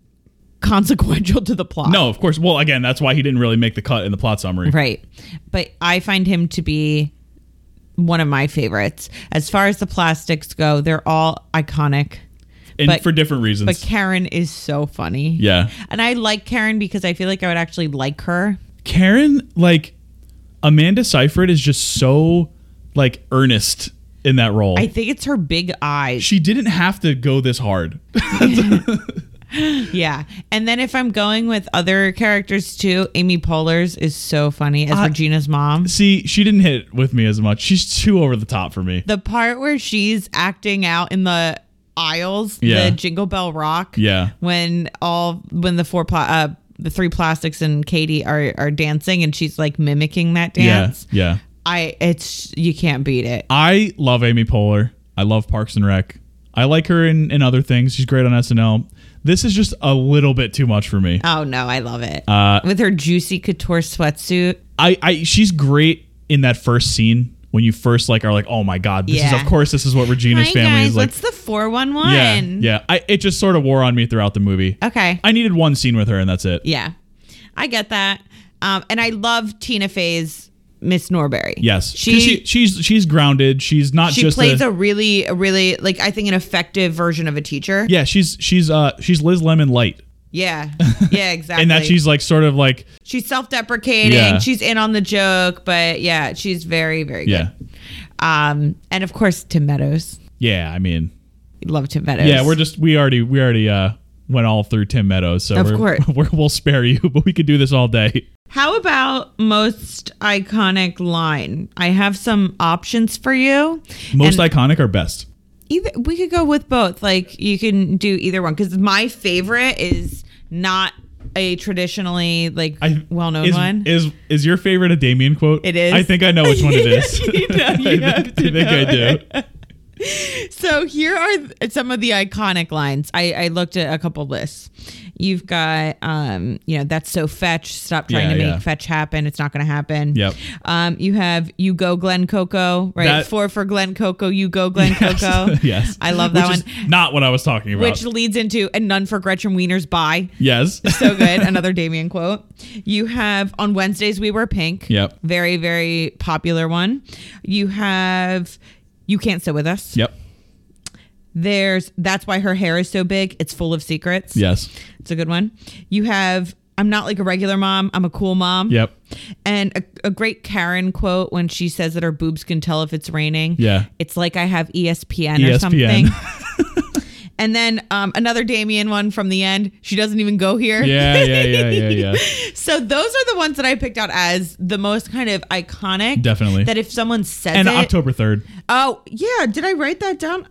Speaker 1: consequential to the plot.
Speaker 2: No, of course. Well, again, that's why he didn't really make the cut in the plot summary.
Speaker 1: Right. But I find him to be one of my favorites. As far as the plastics go, they're all iconic.
Speaker 2: And
Speaker 1: But-
Speaker 2: for different reasons.
Speaker 1: But Karen is so funny.
Speaker 2: yeah.
Speaker 1: And I like Karen because I feel like I would actually like her.
Speaker 2: Karen, like Amanda Seyfried is just so like earnest in that role.
Speaker 1: I think it's her big eyes.
Speaker 2: she didn't have to go this hard.
Speaker 1: Yeah. And then if I'm going with other characters too, Amy Poehler's is so funny
Speaker 2: Uh,
Speaker 1: as Regina's mom.
Speaker 2: See, she didn't hit with me as much. She's too over the top for me.
Speaker 1: The part where she's acting out in the aisles,
Speaker 2: Yeah.
Speaker 1: the Jingle Bell Rock.
Speaker 2: Yeah.
Speaker 1: when all when the four pla- uh, the three plastics and Katie are are dancing and she's like mimicking that dance.
Speaker 2: Yeah. Yeah.
Speaker 1: I it's you can't beat it.
Speaker 2: I love Amy Poehler. I love Parks and Rec. I like her in, in other things. She's great on SNL. This is just a little bit too much for me.
Speaker 1: Oh no, I love it.
Speaker 2: Uh,
Speaker 1: With her juicy couture sweatsuit.
Speaker 2: I, I she's great in that first scene when you first like are like, oh my god, this is
Speaker 1: Yeah.
Speaker 2: of course this is what Regina's
Speaker 1: Hi
Speaker 2: family
Speaker 1: guys,
Speaker 2: is like.
Speaker 1: what's the four one one?
Speaker 2: yeah, yeah. I, it just sort of wore on me throughout the movie.
Speaker 1: Okay.
Speaker 2: I needed one scene with her and that's it.
Speaker 1: yeah. I get that. Um, and I love Tina Fey's Miss Norberry.
Speaker 2: Yes, 'Cause
Speaker 1: She, she
Speaker 2: she's she's grounded. She's not just
Speaker 1: plays
Speaker 2: a,
Speaker 1: a really, a really like I think an effective version of a teacher.
Speaker 2: yeah. She's she's uh she's Liz Lemon light,
Speaker 1: yeah, yeah, exactly.
Speaker 2: and that she's like sort of like
Speaker 1: She's self-deprecating.
Speaker 2: Yeah.
Speaker 1: She's in on the joke, but yeah, she's very, very
Speaker 2: yeah
Speaker 1: good. Um, and of course, Tim Meadows.
Speaker 2: yeah. I mean
Speaker 1: We Love Tim Meadows.
Speaker 2: yeah, we're just we already we already uh went all through Tim Meadows, so
Speaker 1: Of
Speaker 2: we're,
Speaker 1: course.
Speaker 2: we're, we'll spare you, but we could do this all day.
Speaker 1: How about most iconic line? I have some options for you.
Speaker 2: Most
Speaker 1: And
Speaker 2: iconic or best?
Speaker 1: either we could go with both. Like you can do either one because my favorite is not a traditionally like
Speaker 2: I-
Speaker 1: well-known
Speaker 2: is,
Speaker 1: one.
Speaker 2: Is is your favorite a Damien quote?
Speaker 1: It is.
Speaker 2: I think I know which one it is.
Speaker 1: You know, you
Speaker 2: I
Speaker 1: have
Speaker 2: think,
Speaker 1: to
Speaker 2: I, think I
Speaker 1: know.
Speaker 2: do.
Speaker 1: So here are th- some of the iconic lines. I, I looked at a couple lists. You've got, um, you know, that's so fetch. Stop trying
Speaker 2: Yeah,
Speaker 1: to make
Speaker 2: yeah.
Speaker 1: fetch happen. It's not going to happen.
Speaker 2: Yep.
Speaker 1: Um, you have you go Glen Coco, right?
Speaker 2: That-
Speaker 1: Four for Glen Coco. You go Glen Coco.
Speaker 2: yes.
Speaker 1: I love that
Speaker 2: Which is
Speaker 1: one.
Speaker 2: not what I was talking about.
Speaker 1: Which leads into and none for Gretchen Wiener's bye.
Speaker 2: yes.
Speaker 1: So good. Another Damien quote. You have on Wednesdays we wear pink.
Speaker 2: Yep.
Speaker 1: Very very popular one. You have you can't sit with us.
Speaker 2: yep.
Speaker 1: There's that's why her hair is so big. It's full of secrets.
Speaker 2: Yes.
Speaker 1: It's a good one. You have I'm not like a regular mom. I'm a cool mom.
Speaker 2: Yep.
Speaker 1: And a, a great Karen quote when she says that her boobs can tell if it's raining.
Speaker 2: Yeah. E
Speaker 1: It's like I have E ESPN, or
Speaker 2: ESPN.
Speaker 1: something. and then um, another Damien one from the end. She doesn't even go here.
Speaker 2: Yeah, yeah, yeah, yeah, yeah.
Speaker 1: So those are the ones that I picked out as the most kind of iconic.
Speaker 2: Definitely.
Speaker 1: That if someone says
Speaker 2: and
Speaker 1: it,
Speaker 2: October 3rd.
Speaker 1: Oh, yeah. Did I write that down?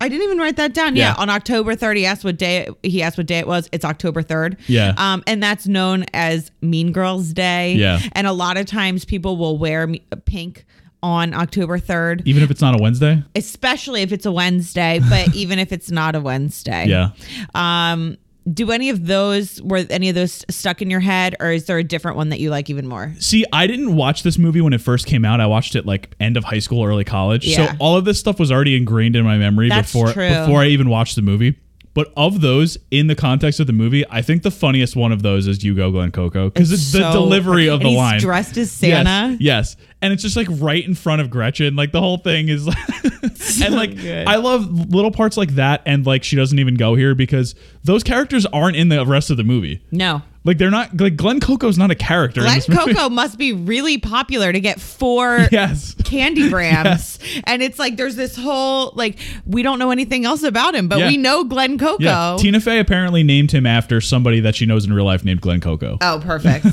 Speaker 1: I didn't even write that down. Yeah.
Speaker 2: Yeah.
Speaker 1: On October 3rd, he asked what day he asked what day it was. It's October 3rd.
Speaker 2: Yeah.
Speaker 1: Um, and that's known as Mean Girls Day.
Speaker 2: Yeah.
Speaker 1: And a lot of times people will wear me- uh, pink on October 3rd,
Speaker 2: Even if it's not a Wednesday?
Speaker 1: especially if it's a Wednesday, but even if it's not a Wednesday.
Speaker 2: Yeah.
Speaker 1: Um, do any of those were any of those stuck in your head, or is there a different one that you like even more?
Speaker 2: See, I didn't watch this movie when it first came out. I watched it like end of high school, early college.
Speaker 1: Yeah.
Speaker 2: So all of this stuff was already ingrained in my memory
Speaker 1: That's
Speaker 2: before
Speaker 1: true.
Speaker 2: before I even watched the movie. But of those, in the context of the movie, I think the funniest one of those is Hugo Glen Coco because it's, the
Speaker 1: So-
Speaker 2: delivery of
Speaker 1: and
Speaker 2: the
Speaker 1: he's
Speaker 2: line.
Speaker 1: dressed as
Speaker 2: Yes,
Speaker 1: Santa.
Speaker 2: Yes, And it's just like right in front of Gretchen. Like the whole thing is like and like
Speaker 1: good.
Speaker 2: I love little parts like that and like she doesn't even go here because those characters aren't in the rest of the movie.
Speaker 1: No.
Speaker 2: Like they're not like Glenn Coco's not a character in
Speaker 1: Glen
Speaker 2: this movie.
Speaker 1: Coco must be really popular to get four
Speaker 2: Yes.
Speaker 1: candy grams. And it's like there's this whole like we don't know anything else about him, but
Speaker 2: Yeah.
Speaker 1: we know Glen Coco.
Speaker 2: Yeah. Tina Fey apparently named him after somebody that she knows in real life named Glenn Coco.
Speaker 1: Oh, perfect.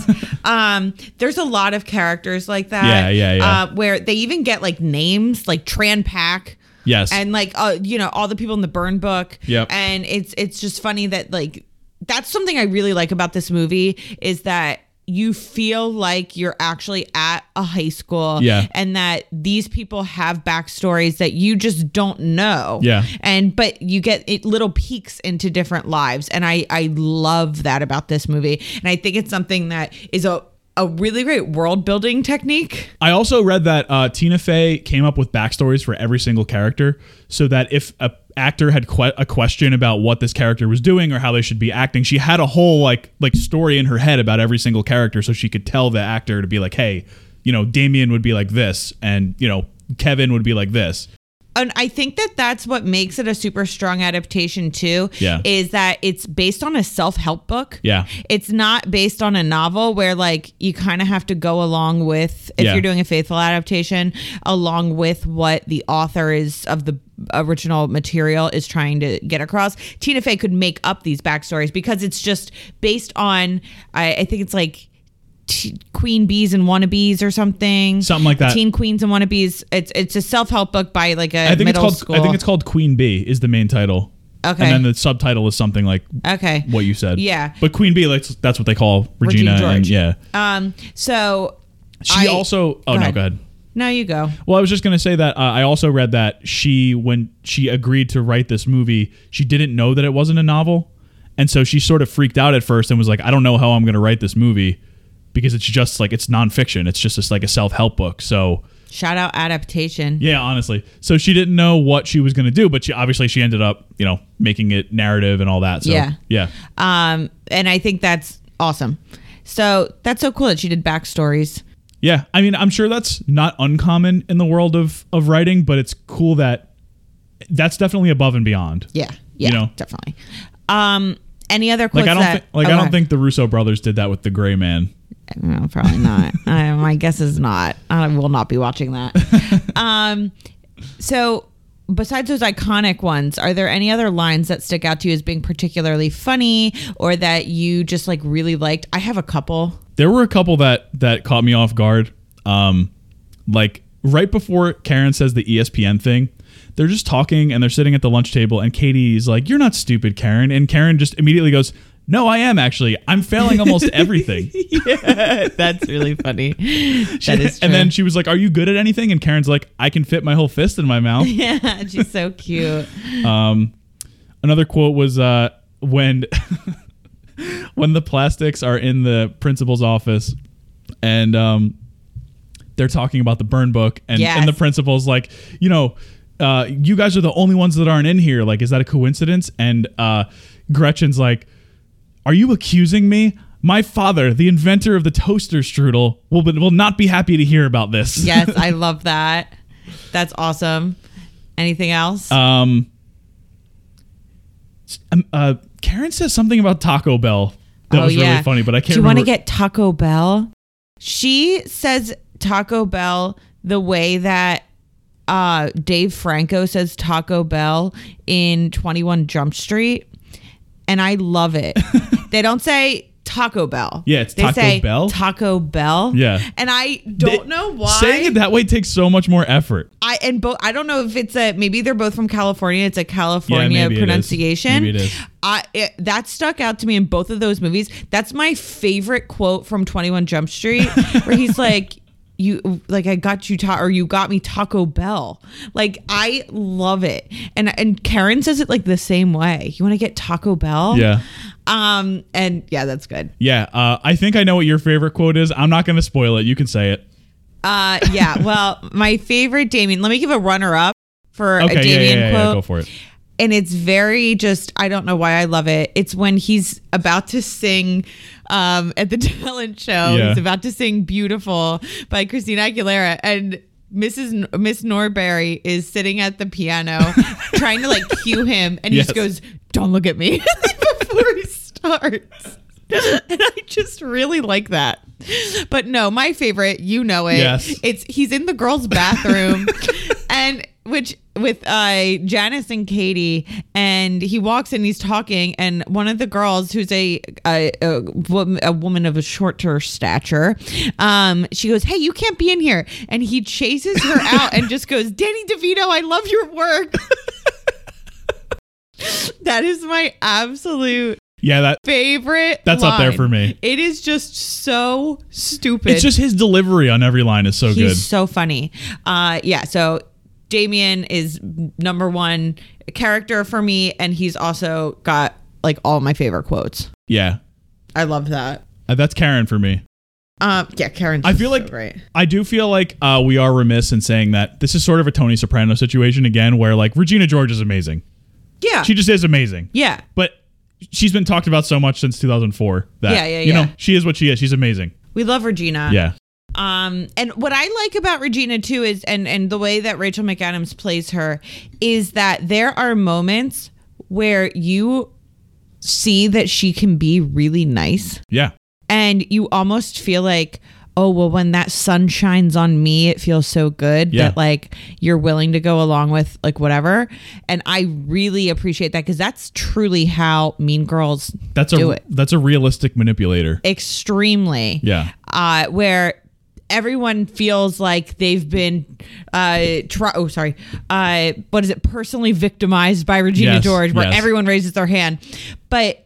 Speaker 1: um, there's a lot of characters like that.
Speaker 2: Yeah, yeah, yeah.
Speaker 1: Uh, where they even get like names like Tran Pak.
Speaker 2: yes.
Speaker 1: and like uh, you know all the people in the burn book
Speaker 2: Yep.
Speaker 1: and it's it's just funny that like that's something i really like about this movie is that you feel like you're actually at a high school
Speaker 2: Yeah.
Speaker 1: and that these people have backstories that you just don't know
Speaker 2: Yeah.
Speaker 1: and but you get it, little peeks into different lives and i i love that about this movie and i think it's something that is a a really great world building technique
Speaker 2: I also read that uh, Tina Fey came up with backstories for every single character, so that if a actor had que- a question about what this character was doing or how they should be acting, she had a whole like like story in her head about every single character, so she could tell the actor to be like, hey, you know, Damien would be like this, and you know, Kevin would be like this.
Speaker 1: and I think that that's what makes it a super strong adaptation too.
Speaker 2: Yeah.
Speaker 1: is that it's based on a self help book.
Speaker 2: Yeah.
Speaker 1: it's not based on a novel where like you kind of have to go along with if
Speaker 2: Yeah.
Speaker 1: you're doing a faithful adaptation, along with what the author is of the original material is trying to get across. Tina Fey could make up these backstories because it's just based on I, I think it's like. T- Queen bees and wannabes or something,
Speaker 2: Something like that.
Speaker 1: Teen queens and wannabes. It's it's a self help book by like a
Speaker 2: I think it's
Speaker 1: middle
Speaker 2: called
Speaker 1: school.
Speaker 2: I think it's called Queen Bee is the main title.
Speaker 1: Okay.
Speaker 2: And then the subtitle is something like
Speaker 1: okay.
Speaker 2: what you said.
Speaker 1: Yeah.
Speaker 2: But Queen Bee, like that's what they call
Speaker 1: Regina
Speaker 2: Regina. and,
Speaker 1: George.
Speaker 2: yeah.
Speaker 1: Um. So
Speaker 2: She
Speaker 1: I-
Speaker 2: also.
Speaker 1: Go
Speaker 2: Oh no,
Speaker 1: ahead.
Speaker 2: go ahead.
Speaker 1: Now you go.
Speaker 2: Well, I was just gonna say that uh, I also read that she, when she agreed to write this movie, she didn't know that it wasn't a novel, and so she sort of freaked out at first and was like, "I don't know how I'm gonna write this movie," because it's just like it's nonfiction. It's just it's like a self help book. So
Speaker 1: Shout out adaptation.
Speaker 2: yeah, honestly, so she didn't know what she was gonna do, but she obviously she ended up you know making it narrative and all that. So
Speaker 1: Yeah.
Speaker 2: yeah,
Speaker 1: Um. And I think that's awesome. So that's so cool that she did backstories.
Speaker 2: Yeah, I mean, I'm sure that's not uncommon in the world of of writing, but it's cool that that's definitely above and beyond.
Speaker 1: Yeah. Yeah.
Speaker 2: You know.
Speaker 1: Definitely. Um. Any other quotes
Speaker 2: Like I don't
Speaker 1: that?
Speaker 2: think like
Speaker 1: oh, go
Speaker 2: I don't
Speaker 1: ahead.
Speaker 2: think the Russo brothers did that with the Gray Man.
Speaker 1: No, probably not. I, my guess is not. I will not be watching that. um, so, besides those iconic ones, are there any other lines that stick out to you as being particularly funny or that you just like really liked? I have a couple.
Speaker 2: There were a couple that that caught me off guard. Um, like right before Karen says the E ESPN thing, they're just talking and they're sitting at the lunch table, and Katie's like, "You're not stupid, Karen," and Karen just immediately goes. No, I am actually. I'm failing almost everything.
Speaker 1: That's really funny. that is true.
Speaker 2: and then she was like, "Are you good at anything?" And Karen's like, "I can fit my whole fist in my mouth."
Speaker 1: yeah, she's so cute.
Speaker 2: Um, another quote was uh, when when the plastics are in the principal's office and um, they're talking about the burn book and,
Speaker 1: Yes.
Speaker 2: and the principal's like you know uh, you guys are the only ones that aren't in here like is that a coincidence and uh, gretchen's like are you accusing me my father the inventor of the toaster strudel will, will not be happy to hear about this
Speaker 1: Yes, I love that. That's awesome. Anything else?
Speaker 2: Um, um, uh, Karen says something about Taco Bell that
Speaker 1: Oh,
Speaker 2: was
Speaker 1: yeah.
Speaker 2: really funny, but I can't.
Speaker 1: Do you
Speaker 2: remember.
Speaker 1: want to get Taco Bell? She says Taco Bell the way that uh, Dave Franco says Taco Bell in 21 Jump Street. And I love it. they don't say Taco Bell.
Speaker 2: Yeah, it's
Speaker 1: they
Speaker 2: Taco
Speaker 1: say
Speaker 2: Bell.
Speaker 1: Taco Bell.
Speaker 2: Yeah.
Speaker 1: And I don't know why.
Speaker 2: Saying it that way takes so much more effort.
Speaker 1: I and both. I don't know if it's a maybe they're both from California. It's a California
Speaker 2: maybe it is.
Speaker 1: pronunciation.
Speaker 2: Maybe it is.
Speaker 1: I it, that stuck out to me in both of those movies. That's my favorite quote from Twenty One Jump Street, where he's like. you like I got you ta- or you got me Taco Bell. Like I love it. And and Karen says it like the same way. You want to get Taco Bell?
Speaker 2: Yeah.
Speaker 1: Um and yeah, that's good.
Speaker 2: Yeah, uh, I think I know what your favorite quote is. I'm not going to spoil it. You can say it.
Speaker 1: Uh yeah, well, my favorite Damien, let me give a runner up for a
Speaker 2: Okay, yeah, yeah,
Speaker 1: Damien
Speaker 2: yeah, yeah,
Speaker 1: quote.
Speaker 2: go for it.
Speaker 1: and it's very just i don't know why i love it it's when he's about to sing um, at the talent show
Speaker 2: Yeah.
Speaker 1: he's about to sing beautiful by christina aguilera and mrs N- miss norberry is sitting at the piano trying to like cue him and he
Speaker 2: Yes.
Speaker 1: just goes don't look at me before he starts and i just really like that but no my favorite you know it
Speaker 2: Yes.
Speaker 1: it's he's in the girls' bathroom, and which with uh, Janice and Katie, and he walks in, he's talking, and one of the girls who's a a, a, wom- a woman of a shorter stature, um, she goes, "Hey, you can't be in here," and he chases her out and just goes, "Danny DeVito, I love your work." that is my absolute
Speaker 2: Yeah, that
Speaker 1: favorite.
Speaker 2: That's up there
Speaker 1: line.
Speaker 2: for me.
Speaker 1: It is just so stupid.
Speaker 2: it's just his delivery on every line is so
Speaker 1: He's
Speaker 2: good.
Speaker 1: so funny. Uh, yeah. So Damien is number one character for me, and he's also got like all my favorite quotes.
Speaker 2: Yeah,
Speaker 1: I love that.
Speaker 2: Uh, that's Karen for me.
Speaker 1: Um, yeah, Karen's.
Speaker 2: I feel
Speaker 1: so
Speaker 2: like
Speaker 1: great.
Speaker 2: I do feel like uh, we are remiss in saying that this is sort of a Tony Soprano situation again, where like Regina George is amazing.
Speaker 1: Yeah.
Speaker 2: She just is amazing.
Speaker 1: yeah.
Speaker 2: But she's been talked about so much since 2004 that
Speaker 1: Yeah, yeah,
Speaker 2: you
Speaker 1: yeah. Uh-huh.
Speaker 2: know she is what she is. She's amazing.
Speaker 1: We love Regina.
Speaker 2: Yeah.
Speaker 1: Um, and what I like about Regina too is, and and the way that Rachel McAdams plays her is that there are moments where you see that she can be really nice.
Speaker 2: Yeah.
Speaker 1: and you almost feel like oh well when that sun shines on me it feels so good
Speaker 2: Yeah.
Speaker 1: that like you're willing to go along with like whatever and i really appreciate that because that's truly how mean girls
Speaker 2: That's
Speaker 1: Do
Speaker 2: a
Speaker 1: it.
Speaker 2: that's a realistic manipulator.
Speaker 1: extremely
Speaker 2: Yeah.
Speaker 1: uh, where everyone feels like they've been uh try- oh sorry uh what is it personally victimized by regina
Speaker 2: Yes,
Speaker 1: george where
Speaker 2: yes.
Speaker 1: everyone raises their hand but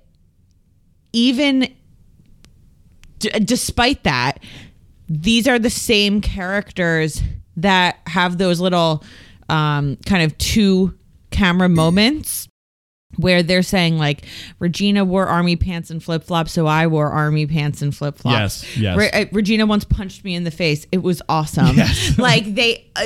Speaker 1: even d- despite that these are the same characters that have those little um kind of two camera moments where they're saying like Regina wore army pants and flip flops, so I wore army pants and flip flops.
Speaker 2: Yes, yes.
Speaker 1: Re- uh, Regina once punched me in the face. It was awesome.
Speaker 2: Yes.
Speaker 1: like they, uh,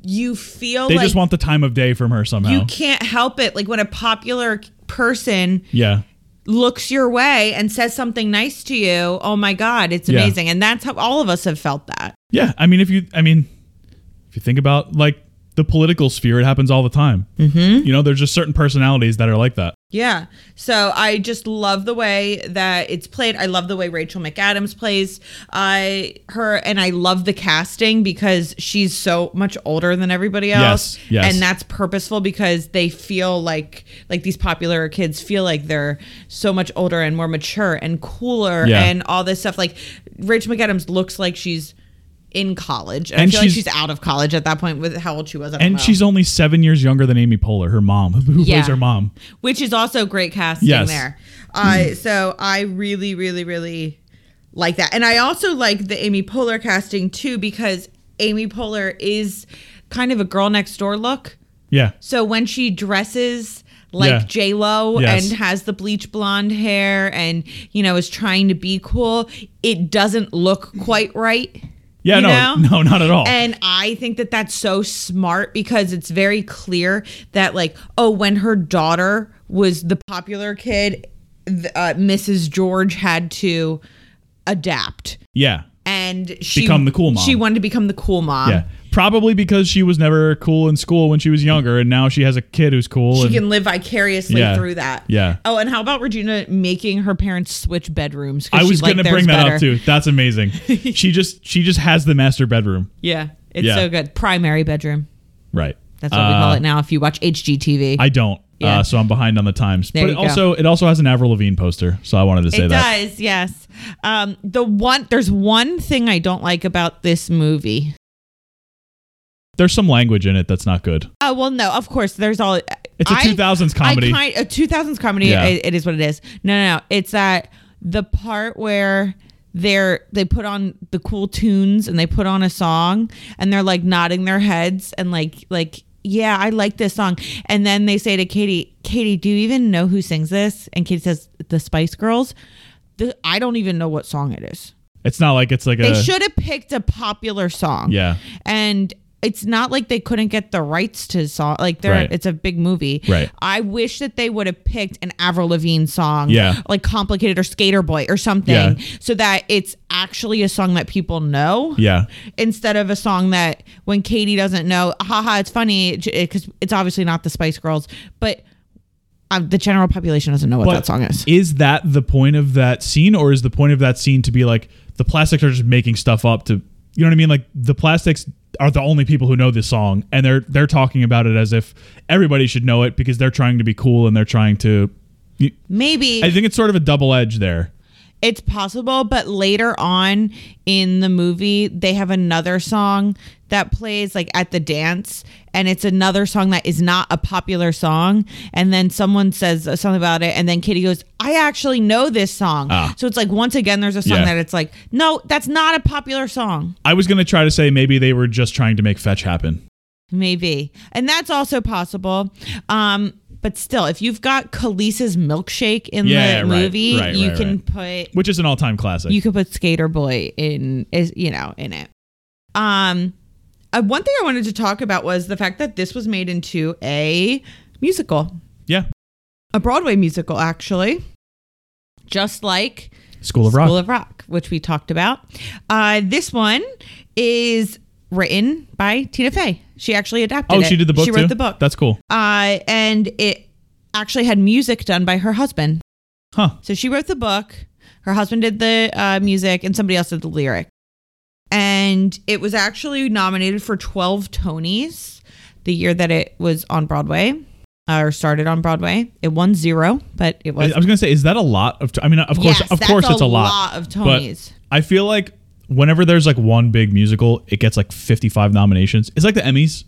Speaker 1: you feel
Speaker 2: They
Speaker 1: like
Speaker 2: just want the time of day from her somehow.
Speaker 1: you can't help it. Like when a popular person
Speaker 2: yeah.
Speaker 1: looks your way and says something nice to you, oh my god, it's
Speaker 2: Yeah.
Speaker 1: amazing. And that's how all of us have felt that.
Speaker 2: Yeah, I mean, if you, I mean, if you think about like the political sphere, it happens all the time. Mm-hmm. You know, there's just certain personalities that are like that.
Speaker 1: Yeah. So I just love the way that it's played. I love the way Rachel McAdams plays I her and I love the casting because she's so much older than everybody else.
Speaker 2: Yes, yes.
Speaker 1: And that's purposeful because they feel like like these popular kids feel like they're so much older and more mature and cooler
Speaker 2: Yeah.
Speaker 1: and all this stuff. Like Rachel McAdams looks like she's in college. And,
Speaker 2: And
Speaker 1: I feel like
Speaker 2: she's-
Speaker 1: she's out of college at that point with how old she was. I don't
Speaker 2: And
Speaker 1: know.
Speaker 2: she's only seven years younger than Amy Poehler, her mom, who, who
Speaker 1: Yeah.
Speaker 2: plays her mom.
Speaker 1: which is also great casting
Speaker 2: Yes. Mm-hmm.
Speaker 1: there. Uh, so I really, really, really like that, and I also like the Amy Poehler casting too because Amy Poehler is kind of a girl next door look.
Speaker 2: Yeah,
Speaker 1: So when she dresses like
Speaker 2: Yeah.
Speaker 1: J Lo
Speaker 2: Yes.
Speaker 1: and has the bleach blonde hair and you know is trying to be cool, it doesn't look quite right.
Speaker 2: yeah,
Speaker 1: You
Speaker 2: no,
Speaker 1: know?
Speaker 2: no, not at all.
Speaker 1: And I think that that's so smart because it's very clear that, like, oh, when her daughter was the popular kid, th- uh, Mrs. George had to adapt
Speaker 2: yeah,
Speaker 1: and she
Speaker 2: Become the cool mom.
Speaker 1: She wanted to become the cool mom.
Speaker 2: yeah, Um, probably because she was never cool in school when she was younger, and now she has a kid who's cool.
Speaker 1: She
Speaker 2: and,
Speaker 1: can live vicariously
Speaker 2: Yeah.
Speaker 1: through that.
Speaker 2: Yeah.
Speaker 1: Oh, and how about Regina making her parents switch bedrooms? 'cause
Speaker 2: I
Speaker 1: she
Speaker 2: was
Speaker 1: liked
Speaker 2: gonna
Speaker 1: theirs
Speaker 2: bring that
Speaker 1: better.
Speaker 2: up too. That's amazing. she just, she just has the master bedroom,
Speaker 1: Yeah, it's
Speaker 2: Yeah.
Speaker 1: so good. Primary bedroom.
Speaker 2: right?
Speaker 1: That's what we call
Speaker 2: Uh,
Speaker 1: it now. If you watch HGTV,
Speaker 2: I don't.
Speaker 1: Yeah.
Speaker 2: Uh, so I'm behind on the times.
Speaker 1: There
Speaker 2: but
Speaker 1: you
Speaker 2: it
Speaker 1: go.
Speaker 2: also it also has an Avril Lavigne poster, so I wanted to say
Speaker 1: it
Speaker 2: that.
Speaker 1: does yes um the one there's one thing i don't like about this movie
Speaker 2: There's some language in it that's not good.
Speaker 1: oh well no of course there's all
Speaker 2: It's a
Speaker 1: I-
Speaker 2: 2000s comedy.
Speaker 1: I kind, a 2000s comedy
Speaker 2: Yeah.
Speaker 1: it- it is what it is no no no it's that the part where they're they put on the cool tunes and they put on a song and they're like nodding their heads and like like yeah i like this song and then they say to katie katie do you even know who sings this and katie says the spice girls the, i don't even know what song it is
Speaker 2: It's not like it's like
Speaker 1: they
Speaker 2: a
Speaker 1: should have picked a popular song
Speaker 2: yeah.
Speaker 1: and it's not like they couldn't get the rights to song like they're
Speaker 2: Right.
Speaker 1: it's a big movie
Speaker 2: Right.
Speaker 1: i wish that they would have picked an avril lavigne song
Speaker 2: Yeah.
Speaker 1: like complicated or skater boy or something
Speaker 2: Yeah.
Speaker 1: so that it's actually a song that people know
Speaker 2: Yeah.
Speaker 1: instead of a song that when katie doesn't know haha it's funny because it's obviously not the spice girls but um, the general population doesn't know what
Speaker 2: But
Speaker 1: that song is
Speaker 2: Is that the point of that scene, or is the point of that scene to be like the plastics are just making stuff up to, you know what I mean? Like the plastics are the only people who know this song, and they're they're talking about it as if everybody should know it because they're trying to be cool and they're trying to. you-
Speaker 1: maybe
Speaker 2: I think it's sort of a double edge there.
Speaker 1: It's possible, but later on in the movie, they have another song that plays like at the dance, and it's another song that is not a popular song. And then someone says something about it, and then Kitty goes, I actually know this song.
Speaker 2: Ah.
Speaker 1: So it's like, once again, there's a song
Speaker 2: Yeah.
Speaker 1: that it's like, no, that's not a popular song.
Speaker 2: I was gonna try to say maybe they were just trying to make fetch happen.
Speaker 1: Maybe. And that's also possible. Um, but still, if you've got Khalees's milkshake in
Speaker 2: Yeah,
Speaker 1: the
Speaker 2: right,
Speaker 1: movie,
Speaker 2: right,
Speaker 1: you
Speaker 2: right,
Speaker 1: can put
Speaker 2: which is an all-time classic.
Speaker 1: you could put Skater Boy in is you know in it. Um, uh, one thing I wanted to talk about was the fact that this was made into a musical,
Speaker 2: yeah,
Speaker 1: a Broadway musical actually, just like
Speaker 2: School of Rock.
Speaker 1: School of Rock, which we talked about. Uh, this one is written by Tina Fey. She actually adapted.
Speaker 2: oh,
Speaker 1: it.
Speaker 2: she did the book
Speaker 1: She
Speaker 2: too?
Speaker 1: wrote the book.
Speaker 2: That's cool,
Speaker 1: uh, and it actually had music done by her husband.
Speaker 2: huh?
Speaker 1: So she wrote the book. Her husband did the uh, music, and somebody else did the lyric. And it was actually nominated for 12 Tonys the year that it was on Broadway uh, or started on Broadway. It won zero, but it
Speaker 2: I,
Speaker 1: was.
Speaker 2: I was gonna say, is that a lot of? T- I mean, of course,
Speaker 1: Yes,
Speaker 2: of
Speaker 1: that's
Speaker 2: course, it's a lot.
Speaker 1: of
Speaker 2: but
Speaker 1: Tonys.
Speaker 2: I feel like whenever there's like one big musical, it gets like 55 nominations. It's like the Emmys.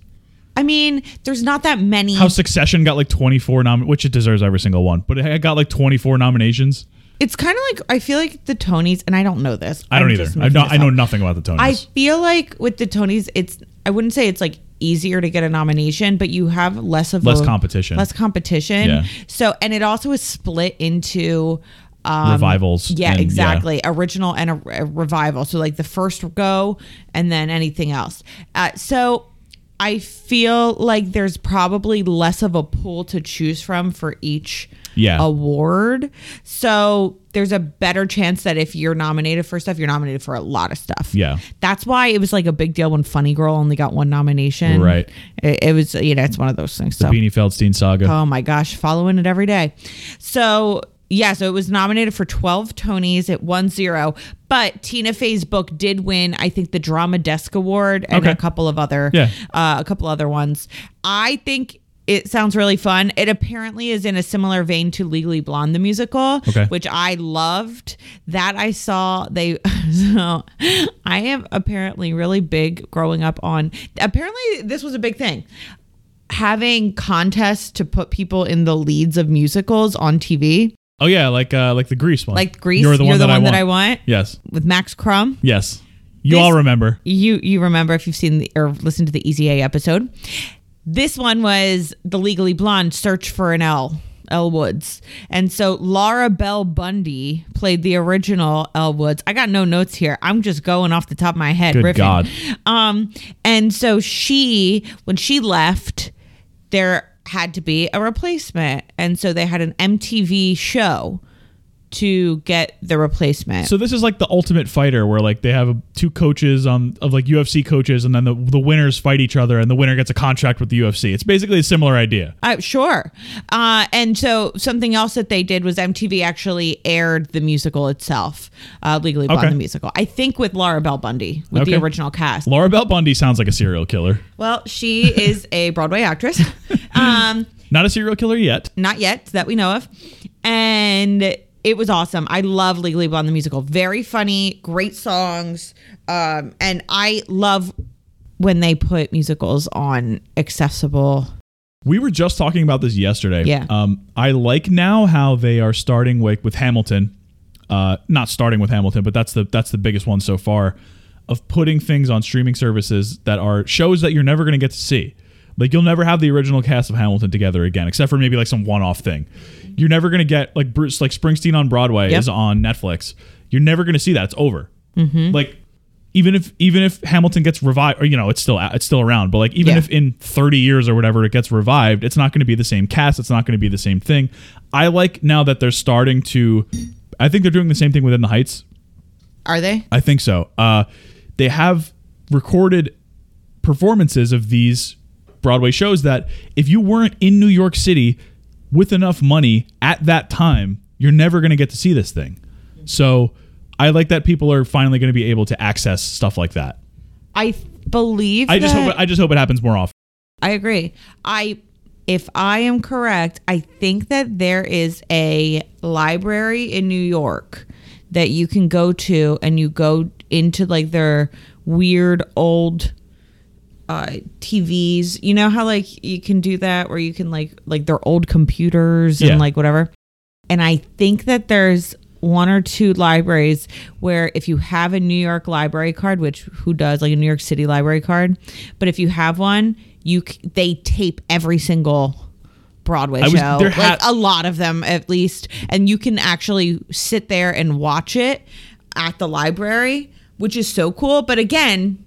Speaker 1: I mean, there's not that many.
Speaker 2: How Succession got like 24 nom, which it deserves every single one, but it got like 24 nominations.
Speaker 1: it's kind of like, I feel like the Tonys, and I don't know this.
Speaker 2: I don't
Speaker 1: I'm
Speaker 2: either.
Speaker 1: just
Speaker 2: I
Speaker 1: making
Speaker 2: know
Speaker 1: this
Speaker 2: I know
Speaker 1: up.
Speaker 2: nothing about the Tonys.
Speaker 1: I feel like with the Tonys, it's I wouldn't say it's like easier to get a nomination, but you have less of
Speaker 2: Less
Speaker 1: a-
Speaker 2: competition.
Speaker 1: less competition.
Speaker 2: Yeah.
Speaker 1: So and it also is split into um,
Speaker 2: Revivals
Speaker 1: Yeah,
Speaker 2: and- yeah.
Speaker 1: exactly. Original and a, a revival. So like the first go, and then anything else. Uh, so. I feel like there's probably less of a pool to choose from for each
Speaker 2: Yeah.
Speaker 1: award. So there's a better chance that if you're nominated for stuff, you're nominated for a lot of stuff.
Speaker 2: Yeah.
Speaker 1: That's why it was like a big deal when Funny Girl only got one nomination.
Speaker 2: Right.
Speaker 1: It, it was, you know, it's one of those things. So,
Speaker 2: Beanie Feldstein saga.
Speaker 1: oh my gosh, following it every day. So, yeah, so it was nominated for 12 Tonys. It won zero, but Tina Fey's book did win, I think, the Drama Desk Award and
Speaker 2: Okay.
Speaker 1: a couple of other,
Speaker 2: Yeah.
Speaker 1: uh, a couple other ones. I think. It sounds really fun. It apparently is in a similar vein to Legally Blonde, the musical,
Speaker 2: Okay.
Speaker 1: which I loved. That I saw they so I am apparently really big growing up on apparently this was a big thing. Having contests to put people in the leads of musicals on TV,
Speaker 2: oh yeah, like uh, like the Grease one.
Speaker 1: like Grease, you're the one, that, I want,
Speaker 2: Yes,
Speaker 1: with Max Crumb.
Speaker 2: yes. You
Speaker 1: This-
Speaker 2: all remember.
Speaker 1: You you remember if you've seen the, or listened to the EZA episode. This one was the Legally Blonde search for an L. Elle Woods. And so Laura Bell Bundy played the original Elle Woods. I got no notes here. I'm just going off the top of my head.
Speaker 2: Good
Speaker 1: riffing.
Speaker 2: God.
Speaker 1: Um, and so she, when she left, there had to be a replacement. And so they had an MTV show to get the replacement.
Speaker 2: So this is like the ultimate fighter where like they have uh, two coaches on of like UFC coaches and then the, the winners fight each other and the winner gets a contract with the UFC. It's basically a similar idea.
Speaker 1: Uh, sure. Uh, and so something else that they did was MTV actually aired the musical itself, uh, Legally Blonde
Speaker 2: Okay.
Speaker 1: the musical. I think with Laura Bell Bundy with the
Speaker 2: Okay.
Speaker 1: original cast.
Speaker 2: Laura Bell Bundy sounds like a serial killer.
Speaker 1: Well, she is a Broadway actress, um,
Speaker 2: Not a serial killer yet.
Speaker 1: not yet that we know of, and it was awesome. I love Legally Blonde the musical. Very funny, great songs, um, and I love when they put musicals on accessible.
Speaker 2: We were just talking about this yesterday.
Speaker 1: Yeah.
Speaker 2: Um, I like now how they are starting like with Hamilton. uh, not starting with Hamilton, but that's the that's the biggest one so far of putting things on streaming services that are shows that you're never going to get to see. Like you'll never have the original cast of Hamilton together again, except for maybe like some one-off thing. You're never going to get like Bruce, like Springsteen on Broadway
Speaker 1: Yep.
Speaker 2: is on Netflix. You're never going to see that. It's over.
Speaker 1: Mm-hmm.
Speaker 2: Like even if even if Hamilton gets revived, or you know, it's still it's still around. But like even
Speaker 1: Yeah.
Speaker 2: if in 30 years or whatever it gets revived, it's not going to be the same cast. It's not going to be the same thing. I like now that they're starting to. I think they're doing the same thing within the Heights.
Speaker 1: Are they?
Speaker 2: I think so. Uh, they have recorded performances of these Broadway shows that if you weren't in New York City with enough money at that time, you're never going to get to see this thing. So I like that people are finally going to be able to access stuff like that.
Speaker 1: I th- believe.
Speaker 2: I just
Speaker 1: that-
Speaker 2: hope I just hope it happens more often.
Speaker 1: I agree. I if I am correct, I think that there is a library in New York that you can go to and you go into like their weird old uh, TVs. You know how like you can do that where you can like like their old computers
Speaker 2: Yeah.
Speaker 1: and like whatever. And I think that there's one or two libraries where if you have a New York library card, which who does like a New York City library card, but if you have one, you c- they tape every single Broadway
Speaker 2: I was-
Speaker 1: show,
Speaker 2: there
Speaker 1: like
Speaker 2: ha-
Speaker 1: a lot of them at least, and you can actually sit there and watch it at the library, which is so cool. But again,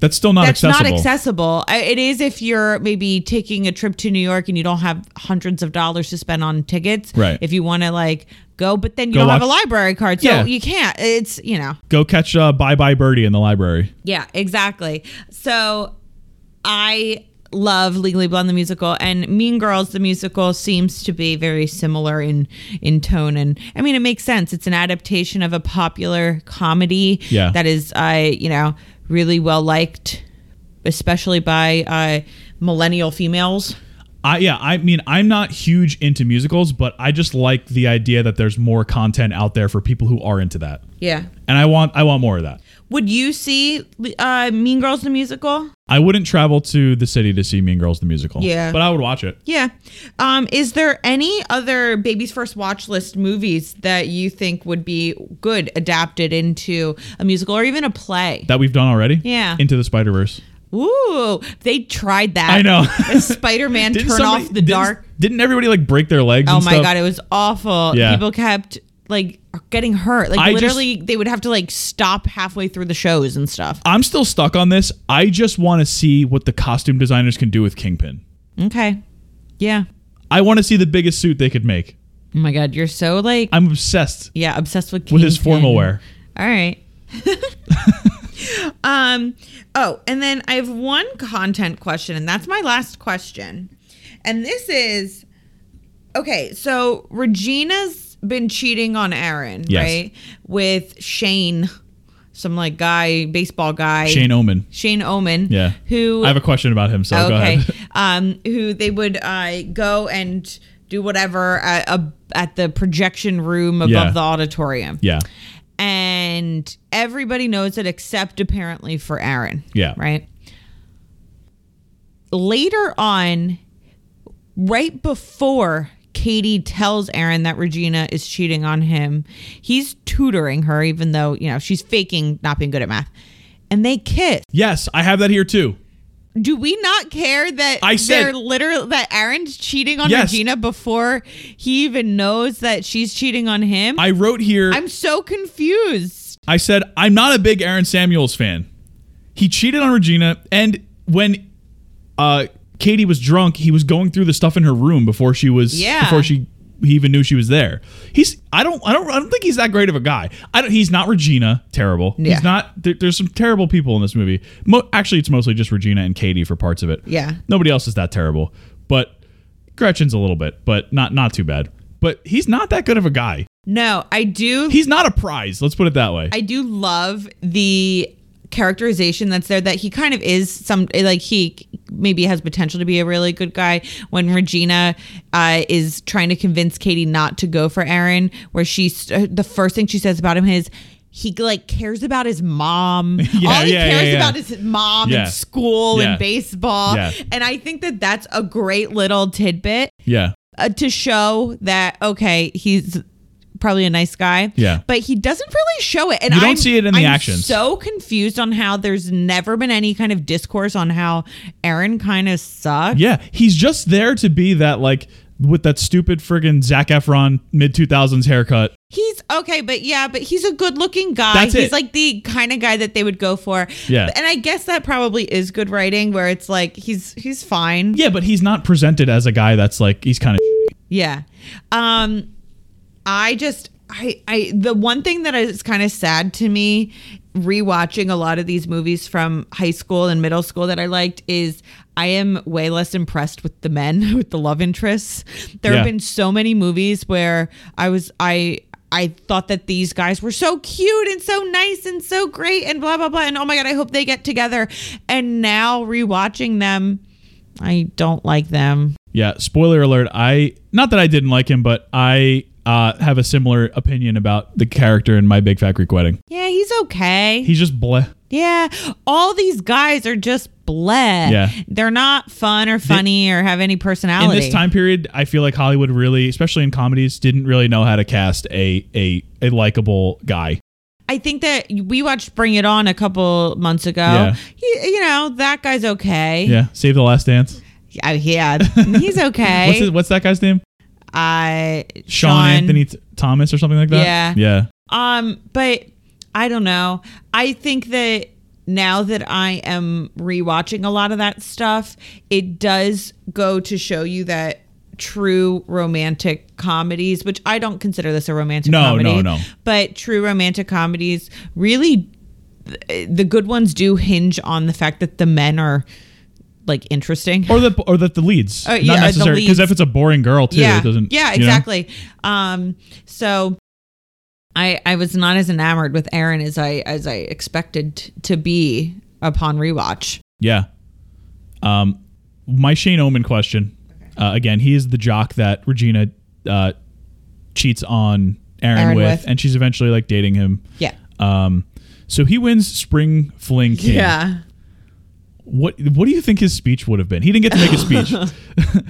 Speaker 2: That's still not
Speaker 1: that's
Speaker 2: accessible.
Speaker 1: not accessible. I- It is if you're maybe taking a trip to New York and you don't have hundreds of dollars to spend on tickets.
Speaker 2: Right.
Speaker 1: If you want to like go, but then you
Speaker 2: Go
Speaker 1: don't have a
Speaker 2: watch-
Speaker 1: library card, so
Speaker 2: Yeah.
Speaker 1: you can't. It's you know.
Speaker 2: Go catch uh, Bye Bye Birdie in the library.
Speaker 1: Yeah, exactly. So I love Legally Blonde the musical and Mean Girls the musical seems to be very similar in in tone and I mean it makes sense. It's an adaptation of a popular comedy
Speaker 2: Yeah.
Speaker 1: that is uh, you know really well liked especially by uh, millennial females.
Speaker 2: I yeah, I mean, I'm not huge into musicals, but I just like the idea that there's more content out there for people who are into that.
Speaker 1: Yeah.
Speaker 2: And I want I want more of that.
Speaker 1: Would you see uh, Mean Girls the musical?
Speaker 2: I wouldn't travel to the city to see Mean Girls the musical.
Speaker 1: Yeah.
Speaker 2: But I would watch it.
Speaker 1: Yeah. Um, is there any other Baby's First Watch List movies that you think would be good adapted into a musical or even a play?
Speaker 2: That we've done already?
Speaker 1: Yeah.
Speaker 2: Into the Spider Verse.
Speaker 1: Ooh, they tried that.
Speaker 2: I know.
Speaker 1: Spider Man turn off the
Speaker 2: didn't-
Speaker 1: dark.
Speaker 2: Didn't everybody like break their legs?
Speaker 1: Oh
Speaker 2: and
Speaker 1: my
Speaker 2: stuff?
Speaker 1: god, it was awful.
Speaker 2: Yeah.
Speaker 1: People kept like getting hurt. Like
Speaker 2: I just-
Speaker 1: literally they would have to like stop halfway through the shows and stuff.
Speaker 2: I'm still stuck on this. I just want to see what the costume designers can do with Kingpin.
Speaker 1: Okay. Yeah.
Speaker 2: I want to see the biggest suit they could make.
Speaker 1: Oh my god, you're so like
Speaker 2: I'm obsessed
Speaker 1: yeah, obsessed with
Speaker 2: with his
Speaker 1: Kingpin.
Speaker 2: formal wear.
Speaker 1: All right. um oh, and then I have one content question and that's my last question. And this is okay, so Regina's been cheating on Aaron,
Speaker 2: Yes.
Speaker 1: right? With Shane, some like guy, baseball guy.
Speaker 2: Shane Omen.
Speaker 1: Shane Omen.
Speaker 2: Yeah.
Speaker 1: Who
Speaker 2: I have a question about him, so go
Speaker 1: okay
Speaker 2: ahead.
Speaker 1: um who they would uh go and do whatever at, uh, at the projection room above
Speaker 2: Yeah.
Speaker 1: the auditorium
Speaker 2: Yeah.
Speaker 1: and everybody knows it except apparently for Aaron.
Speaker 2: Yeah.
Speaker 1: Right. Later on, right before Katie tells Aaron that Regina is cheating on him, he's tutoring her, even though, you know, she's faking not being good at math. And they kiss.
Speaker 2: Yes, I have that here too.
Speaker 1: Do we not care that
Speaker 2: I said-
Speaker 1: they're literally that Aaron's cheating on
Speaker 2: Yes.
Speaker 1: Regina before he even knows that she's cheating on him?
Speaker 2: I wrote here.
Speaker 1: I'm so confused.
Speaker 2: I said, I'm not a big Aaron Samuels fan. He cheated on Regina, and when uh, Katie was drunk, he was going through the stuff in her room before she was
Speaker 1: Yeah.
Speaker 2: before she he even knew she was there. He's I don't I don't I don't think he's that great of a guy. I don't, he's not Regina terrible.
Speaker 1: Yeah.
Speaker 2: He's not there, there's some terrible people in this movie. Mo- actually, it's mostly just Regina and Katie for parts of it.
Speaker 1: Yeah.
Speaker 2: nobody else is that terrible, but Gretchen's a little bit, but not not too bad. But he's not that good of a guy.
Speaker 1: No, I do.
Speaker 2: He's not a prize. Let's put it that way.
Speaker 1: I do love the characterization that's there. That he kind of is some like he maybe has potential to be a really good guy. When Regina uh, is trying to convince Katie not to go for Aaron, where she's uh, the first thing she says about him is. He like cares about his mom. All he
Speaker 2: yeah, yeah,
Speaker 1: cares
Speaker 2: yeah.
Speaker 1: about is his mom
Speaker 2: Yeah.
Speaker 1: and school
Speaker 2: Yeah.
Speaker 1: and baseball.
Speaker 2: Yeah.
Speaker 1: And I think that that's a great little tidbit
Speaker 2: yeah.
Speaker 1: uh, to show that okay he's probably a nice guy.
Speaker 2: Yeah.
Speaker 1: But he doesn't really show it. And
Speaker 2: You don't
Speaker 1: I'm,
Speaker 2: see it in the
Speaker 1: I'm
Speaker 2: actions.
Speaker 1: so confused on how there's never been any kind of discourse on how Aaron kind of sucks.
Speaker 2: Yeah, he's just there to be that like with that stupid friggin' Zac Efron mid two thousands haircut.
Speaker 1: He's okay, but yeah, but he's a good looking guy.
Speaker 2: That's
Speaker 1: he's
Speaker 2: it.
Speaker 1: like the kind of guy that they would go for.
Speaker 2: Yeah.
Speaker 1: And I guess that probably is good writing where it's like he's he's fine.
Speaker 2: Yeah, but he's not presented as a guy that's like he's kind of.
Speaker 1: Yeah. Um I just I I the one thing that is kind of sad to me rewatching a lot of these movies from high school and middle school that I liked is I am way less impressed with the men with the love interests. There have
Speaker 2: Yeah.
Speaker 1: been so many movies where I was I I thought that these guys were so cute and so nice and so great and blah blah blah and oh my god I hope they get together. And now rewatching them I don't like them.
Speaker 2: Yeah, spoiler alert. I not that I didn't like him, but I uh, have a similar opinion about the character in My Big Fat Greek Wedding.
Speaker 1: Yeah, he's okay.
Speaker 2: He's just bleh.
Speaker 1: Yeah, all these guys are just bleh.
Speaker 2: Yeah.
Speaker 1: They're not fun or funny or have any
Speaker 2: In
Speaker 1: personality.
Speaker 2: this time period, I feel like Hollywood really, especially in comedies, didn't really know how to cast a a a likable guy.
Speaker 1: I think that we watched Bring It On a couple months ago.
Speaker 2: Yeah.
Speaker 1: He- you know, that guy's okay.
Speaker 2: Yeah, Save the Last Dance.
Speaker 1: Yeah, yeah he's okay.
Speaker 2: What's his, what's that guy's name?
Speaker 1: I
Speaker 2: Sean, Anthony T- Thomas or something like that.
Speaker 1: Yeah.
Speaker 2: Yeah.
Speaker 1: Um, but I don't know. I think that now that I am rewatching a lot of that stuff, it does go to show you that true romantic comedies, which I don't consider this a romantic
Speaker 2: No,
Speaker 1: comedy.
Speaker 2: no, no.
Speaker 1: But true romantic comedies really the good ones do hinge on the fact that the men are like interesting.
Speaker 2: or that or that the leads
Speaker 1: Uh, yeah,
Speaker 2: not
Speaker 1: the
Speaker 2: necessarily because
Speaker 1: leads.
Speaker 2: if it's a boring girl too
Speaker 1: yeah,
Speaker 2: it doesn't
Speaker 1: yeah,
Speaker 2: you know?
Speaker 1: exactly. Um, so I I was not as enamored with Aaron as I as I expected t- to be upon rewatch.
Speaker 2: yeah um my shane omen question uh, again he is the jock that regina uh cheats on aaron,
Speaker 1: Aaron
Speaker 2: with,
Speaker 1: with.
Speaker 2: and she's eventually like dating him
Speaker 1: Yeah.
Speaker 2: um so he wins spring fling king
Speaker 1: Yeah.
Speaker 2: what what do you think his speech would have been he didn't get to make a speech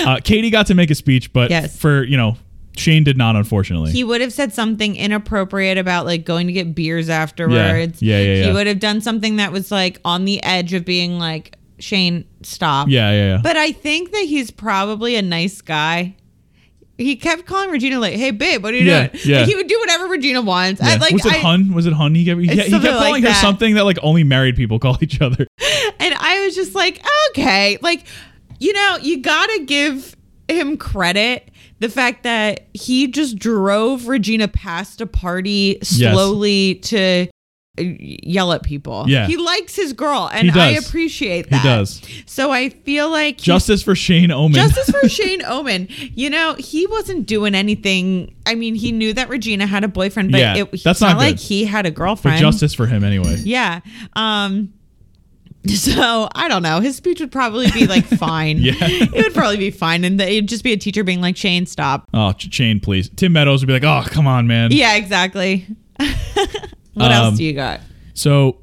Speaker 2: uh katie got to make a speech but
Speaker 1: Yes.
Speaker 2: for you know shane did not unfortunately
Speaker 1: He would have said something inappropriate about like going to get beers afterwards.
Speaker 2: Yeah, yeah, yeah.
Speaker 1: He would have done something that was like on the edge of being like, Shane, stop.
Speaker 2: yeah yeah yeah
Speaker 1: But I think that he's probably a nice guy. He kept calling Regina like, "Hey, babe, what are you
Speaker 2: Yeah,
Speaker 1: doing?"
Speaker 2: yeah.
Speaker 1: Like, he would do whatever Regina wants. I,
Speaker 2: Yeah.
Speaker 1: like,
Speaker 2: was it
Speaker 1: I-
Speaker 2: hun? Was it hun? He kept, he, he kept
Speaker 1: something
Speaker 2: calling
Speaker 1: like
Speaker 2: her
Speaker 1: that.
Speaker 2: something that like only married people call each other.
Speaker 1: And I was just like, okay, like, you know, you gotta give him credit. The fact that he just drove Regina past a party slowly to uh, yell at people.
Speaker 2: Yeah.
Speaker 1: He likes his girl, and
Speaker 2: He
Speaker 1: I
Speaker 2: does.
Speaker 1: appreciate that.
Speaker 2: does.
Speaker 1: So I feel like he-
Speaker 2: Justice for Shane Omen.
Speaker 1: Justice for Shane Omen. You know, he wasn't doing anything. I mean, he knew that Regina had a boyfriend, but
Speaker 2: Yeah,
Speaker 1: it, it's
Speaker 2: that's
Speaker 1: not,
Speaker 2: not good.
Speaker 1: like he had a
Speaker 2: but
Speaker 1: girlfriend.
Speaker 2: justice for him anyway.
Speaker 1: Yeah. Um so I don't know. His speech would probably be like fine.
Speaker 2: Yeah.
Speaker 1: It would probably be fine. And it'd just be a teacher being like, Shane, stop.
Speaker 2: Oh, Ch- Shane, please. Tim Meadows would be like, oh, come on, man.
Speaker 1: Yeah, exactly. what
Speaker 2: Um,
Speaker 1: else do you got?
Speaker 2: So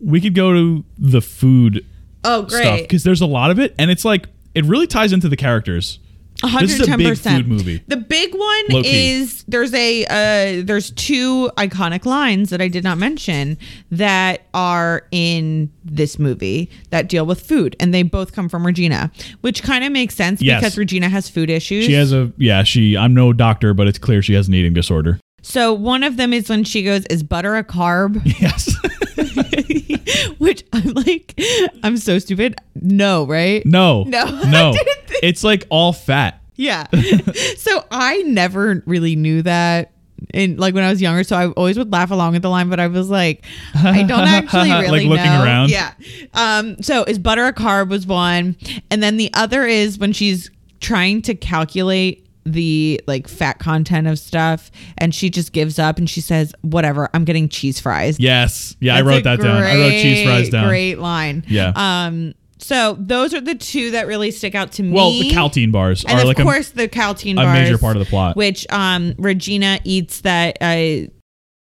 Speaker 2: we could go to the food
Speaker 1: Oh
Speaker 2: stuff
Speaker 1: great.
Speaker 2: because there's a lot of it, and it's like it really ties into the characters. This is a big
Speaker 1: 110%.
Speaker 2: food movie.
Speaker 1: The big one
Speaker 2: Low key.
Speaker 1: is there's a uh, there's two iconic lines that I did not mention that are in this movie that deal with food, and they both come from Regina, which kind of makes sense
Speaker 2: Yes.
Speaker 1: because Regina has food issues.
Speaker 2: She has a yeah. She I'm no doctor, but it's clear she has an eating disorder.
Speaker 1: So one of them is when she goes, "Is butter a carb?"
Speaker 2: Yes.
Speaker 1: Which I'm like, I'm so stupid. No, right?
Speaker 2: no.
Speaker 1: No, I
Speaker 2: No.
Speaker 1: didn't think-
Speaker 2: It's like all fat.
Speaker 1: Yeah. so I never really knew that. And like when I was younger, so I always would laugh along at the line, but I was like, I don't actually
Speaker 2: Like
Speaker 1: really
Speaker 2: looking
Speaker 1: know.
Speaker 2: around?
Speaker 1: Yeah. Um. So is butter a carb was one, and then the other is when she's trying to calculate the like fat content of stuff, and she just gives up and she says, "Whatever, I'm getting cheese fries."
Speaker 2: Yes. Yeah, I
Speaker 1: That's
Speaker 2: wrote
Speaker 1: a
Speaker 2: that down. I wrote cheese fries
Speaker 1: great,
Speaker 2: down.
Speaker 1: Great line.
Speaker 2: Yeah.
Speaker 1: Um. So those are the two that really stick out to me.
Speaker 2: Well, the Caltine bars
Speaker 1: E? and
Speaker 2: are
Speaker 1: of
Speaker 2: like a
Speaker 1: course the caltine
Speaker 2: a
Speaker 1: bars,
Speaker 2: major part of the plot.
Speaker 1: which um Regina eats that uh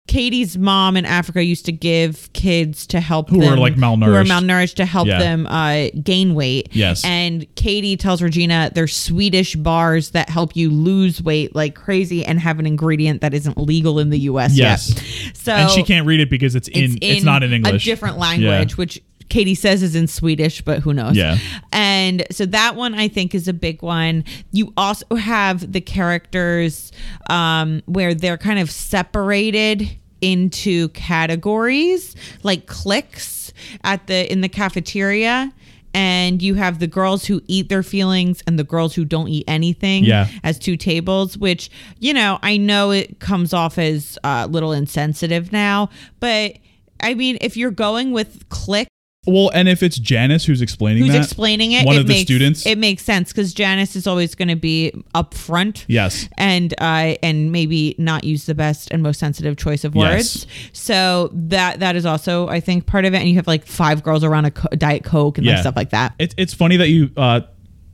Speaker 1: Katie's mom in Africa used to give kids to help
Speaker 2: Who
Speaker 1: them,
Speaker 2: are, like,
Speaker 1: who are
Speaker 2: malnourished.
Speaker 1: malnourished to help
Speaker 2: Yeah.
Speaker 1: them uh, gain weight.
Speaker 2: Yes.
Speaker 1: and Katie tells Regina there's Swedish bars that help you lose weight like crazy and have an ingredient that isn't legal in the U.S.
Speaker 2: Yes.
Speaker 1: yet. So
Speaker 2: and she can't read it because it's in. It's, not in English.
Speaker 1: a different language, which Katie says is in Swedish, but who knows?
Speaker 2: Yeah.
Speaker 1: And so that one I think is a big one. You also have the characters um, where they're kind of separated into categories, like cliques at the in the cafeteria. And you have the girls who eat their feelings and the girls who don't eat anything
Speaker 2: Yeah.
Speaker 1: as two tables, which, you know, I know it comes off as uh, a little insensitive now, but I mean, if you're going with click,
Speaker 2: Well, and if it's Janice who's explaining
Speaker 1: who's
Speaker 2: that,
Speaker 1: explaining it,
Speaker 2: one
Speaker 1: it
Speaker 2: of
Speaker 1: makes,
Speaker 2: the students,
Speaker 1: it makes sense because Janice is always going to be upfront.
Speaker 2: yes,
Speaker 1: And uh, and maybe not use the best and most sensitive choice of
Speaker 2: Yes.
Speaker 1: words. So that that is also I think part of it. And you have like five girls around a, co- a diet coke and like
Speaker 2: Yeah.
Speaker 1: stuff like that.
Speaker 2: It, it's funny that you uh,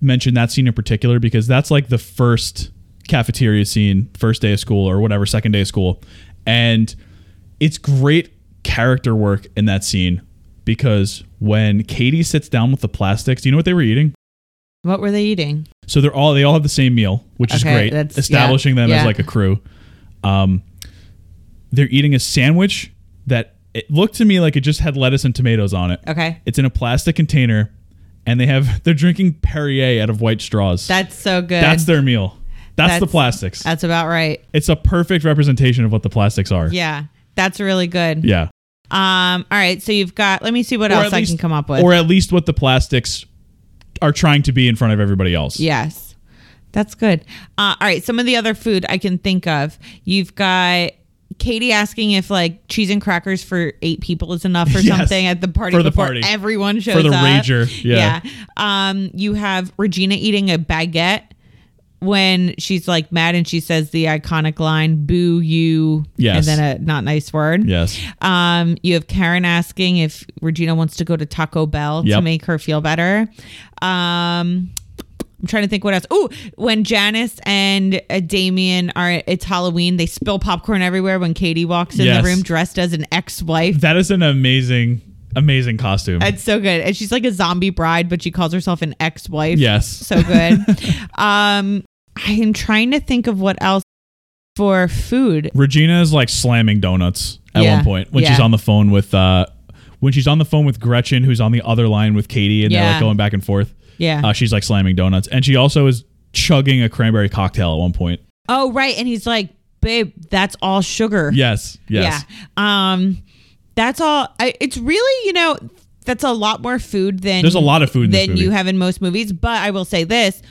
Speaker 2: mentioned that scene in particular because that's like the first cafeteria scene, first day of school or whatever, second day of school. And it's great character work in that scene because when Katie sits down with the plastics, do you know what they were eating?
Speaker 1: What were they eating?
Speaker 2: So they're all they all have the same meal, which is
Speaker 1: Okay,
Speaker 2: great.
Speaker 1: that's-
Speaker 2: establishing
Speaker 1: yeah,
Speaker 2: them
Speaker 1: yeah.
Speaker 2: as like a crew. Um, they're eating a sandwich that it looked to me like it just had lettuce and tomatoes on it.
Speaker 1: Okay,
Speaker 2: It's in a plastic container, and they have they're drinking Perrier out of white straws.
Speaker 1: that's so good.
Speaker 2: that's their meal. That's, the
Speaker 1: That's-
Speaker 2: plastics.
Speaker 1: that's about right.
Speaker 2: it's a perfect representation of what the plastics are.
Speaker 1: Yeah, that's really good.
Speaker 2: Yeah.
Speaker 1: Um. All right. So you've got. Let me see what
Speaker 2: Or
Speaker 1: else
Speaker 2: at
Speaker 1: I
Speaker 2: least-
Speaker 1: can come up with.
Speaker 2: Or at least what the plastics are trying to be in front of everybody else.
Speaker 1: yes, that's good. Uh, all right. Some of the other food I can think of. You've got Katie asking if like cheese and crackers for eight people is enough or
Speaker 2: Yes.
Speaker 1: something at the party
Speaker 2: For the
Speaker 1: before
Speaker 2: party.
Speaker 1: everyone shows
Speaker 2: the
Speaker 1: up.
Speaker 2: rager, yeah.
Speaker 1: Um. You have Regina eating a baguette when she's like mad and she says the iconic line "boo you"
Speaker 2: Yes.
Speaker 1: and then a not nice word.
Speaker 2: Yes.
Speaker 1: Um, you have Karen asking if Regina wants to go to Taco Bell to
Speaker 2: Yep.
Speaker 1: make her feel better. Um, I'm trying to think what else. Oh, when Janice and uh, Damien are, it's Halloween. They spill popcorn everywhere when Katie walks in
Speaker 2: Yes.
Speaker 1: the room dressed as an ex-wife.
Speaker 2: That is an amazing, amazing costume.
Speaker 1: That's so good. And she's like a zombie bride, but she calls herself an ex-wife.
Speaker 2: yes.
Speaker 1: So good. um, I am trying to think of what else for food.
Speaker 2: Regina is like slamming donuts at
Speaker 1: Yeah.
Speaker 2: one point when she's
Speaker 1: Yeah.
Speaker 2: on the phone with uh when she's on the phone with Gretchen, who's on the other line with Katie, and they're
Speaker 1: Yeah.
Speaker 2: like going back and forth.
Speaker 1: Yeah.
Speaker 2: Uh, she's like slamming donuts, and she also is chugging a cranberry cocktail at one point.
Speaker 1: oh, right. And he's like, babe, that's all sugar.
Speaker 2: Yes, yes,
Speaker 1: Yeah. Um, that's all. I, it's really, you know, that's a lot more food than
Speaker 2: There's a lot of food in this
Speaker 1: than
Speaker 2: movie.
Speaker 1: you have in most movies. But I will say this: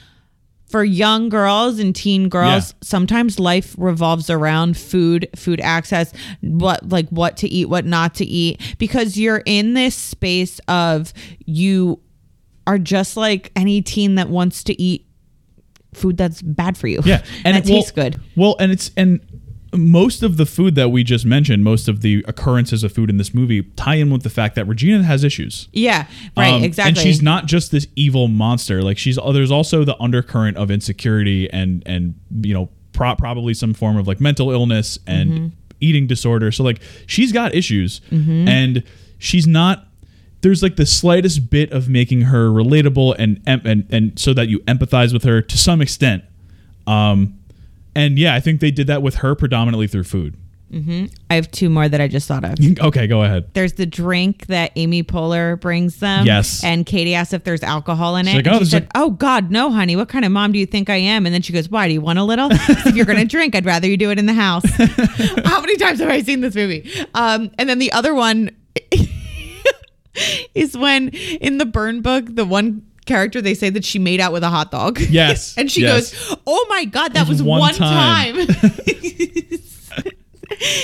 Speaker 1: for young girls and teen girls,
Speaker 2: Yeah.
Speaker 1: sometimes life revolves around food, food access, what like what to eat, what not to eat, because you're in this space of you are just like any teen that wants to eat food that's bad for you.
Speaker 2: yeah.
Speaker 1: and that
Speaker 2: it- well-
Speaker 1: tastes good.
Speaker 2: Well, and it's and most of the food that we just mentioned, most of the occurrences of food in this movie tie in with the fact that Regina has issues.
Speaker 1: Yeah, right,
Speaker 2: Um,
Speaker 1: exactly.
Speaker 2: And she's not just this evil monster. Like she's oh, there's also the undercurrent of insecurity and and you know pro- probably some form of like mental illness and
Speaker 1: Mm-hmm.
Speaker 2: eating disorder. So like she's got issues, and she's not. There's like the slightest bit of making her relatable and em- and and so that you empathize with her to some extent. Um, and yeah, I think they did that with her predominantly through food.
Speaker 1: I have two more that I just thought of.
Speaker 2: okay, go ahead.
Speaker 1: There's the drink that Amy Poehler brings them.
Speaker 2: Yes.
Speaker 1: And Katie asks if there's alcohol in it.
Speaker 2: like,
Speaker 1: and
Speaker 2: "Oh,
Speaker 1: she
Speaker 2: there's
Speaker 1: said,
Speaker 2: like-"
Speaker 1: "Oh God, no, honey. What kind of mom do you think I am?" And then she goes, "Why do you want a little? if you're gonna drink, I'd rather you do it in the house." How many times have I seen this movie? Um, and then the other one is when in the burn book, the one character they say that she made out with a hot dog.
Speaker 2: Yes,
Speaker 1: and she
Speaker 2: yes.
Speaker 1: goes, "Oh my God, that was, one,
Speaker 2: one
Speaker 1: time.
Speaker 2: time."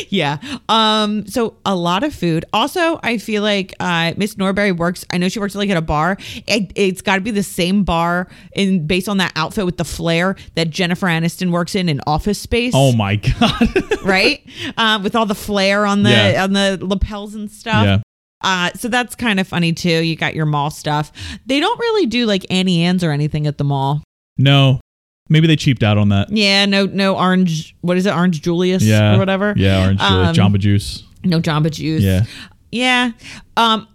Speaker 1: Yeah. Um. So a lot of food. Also, I feel like uh, Miss Norbury works. I know she works like at a bar. It, it's got to be the same bar in based on that outfit with the flare that Jennifer Aniston works in in Office Space.
Speaker 2: Oh my god.
Speaker 1: right. Um. With all the flare on the
Speaker 2: Yeah.
Speaker 1: on the lapels and stuff.
Speaker 2: yeah.
Speaker 1: Uh, so that's kind of funny too. You got your mall stuff. They don't really do like Annie Ann's or anything at the mall.
Speaker 2: No. Maybe they cheaped out on that.
Speaker 1: Yeah, no, no orange. What is it? Orange Julius
Speaker 2: Yeah.
Speaker 1: or whatever.
Speaker 2: Yeah, orange
Speaker 1: Um,
Speaker 2: juice, Jamba Juice.
Speaker 1: No Jamba Juice.
Speaker 2: Yeah.
Speaker 1: Yeah. Um.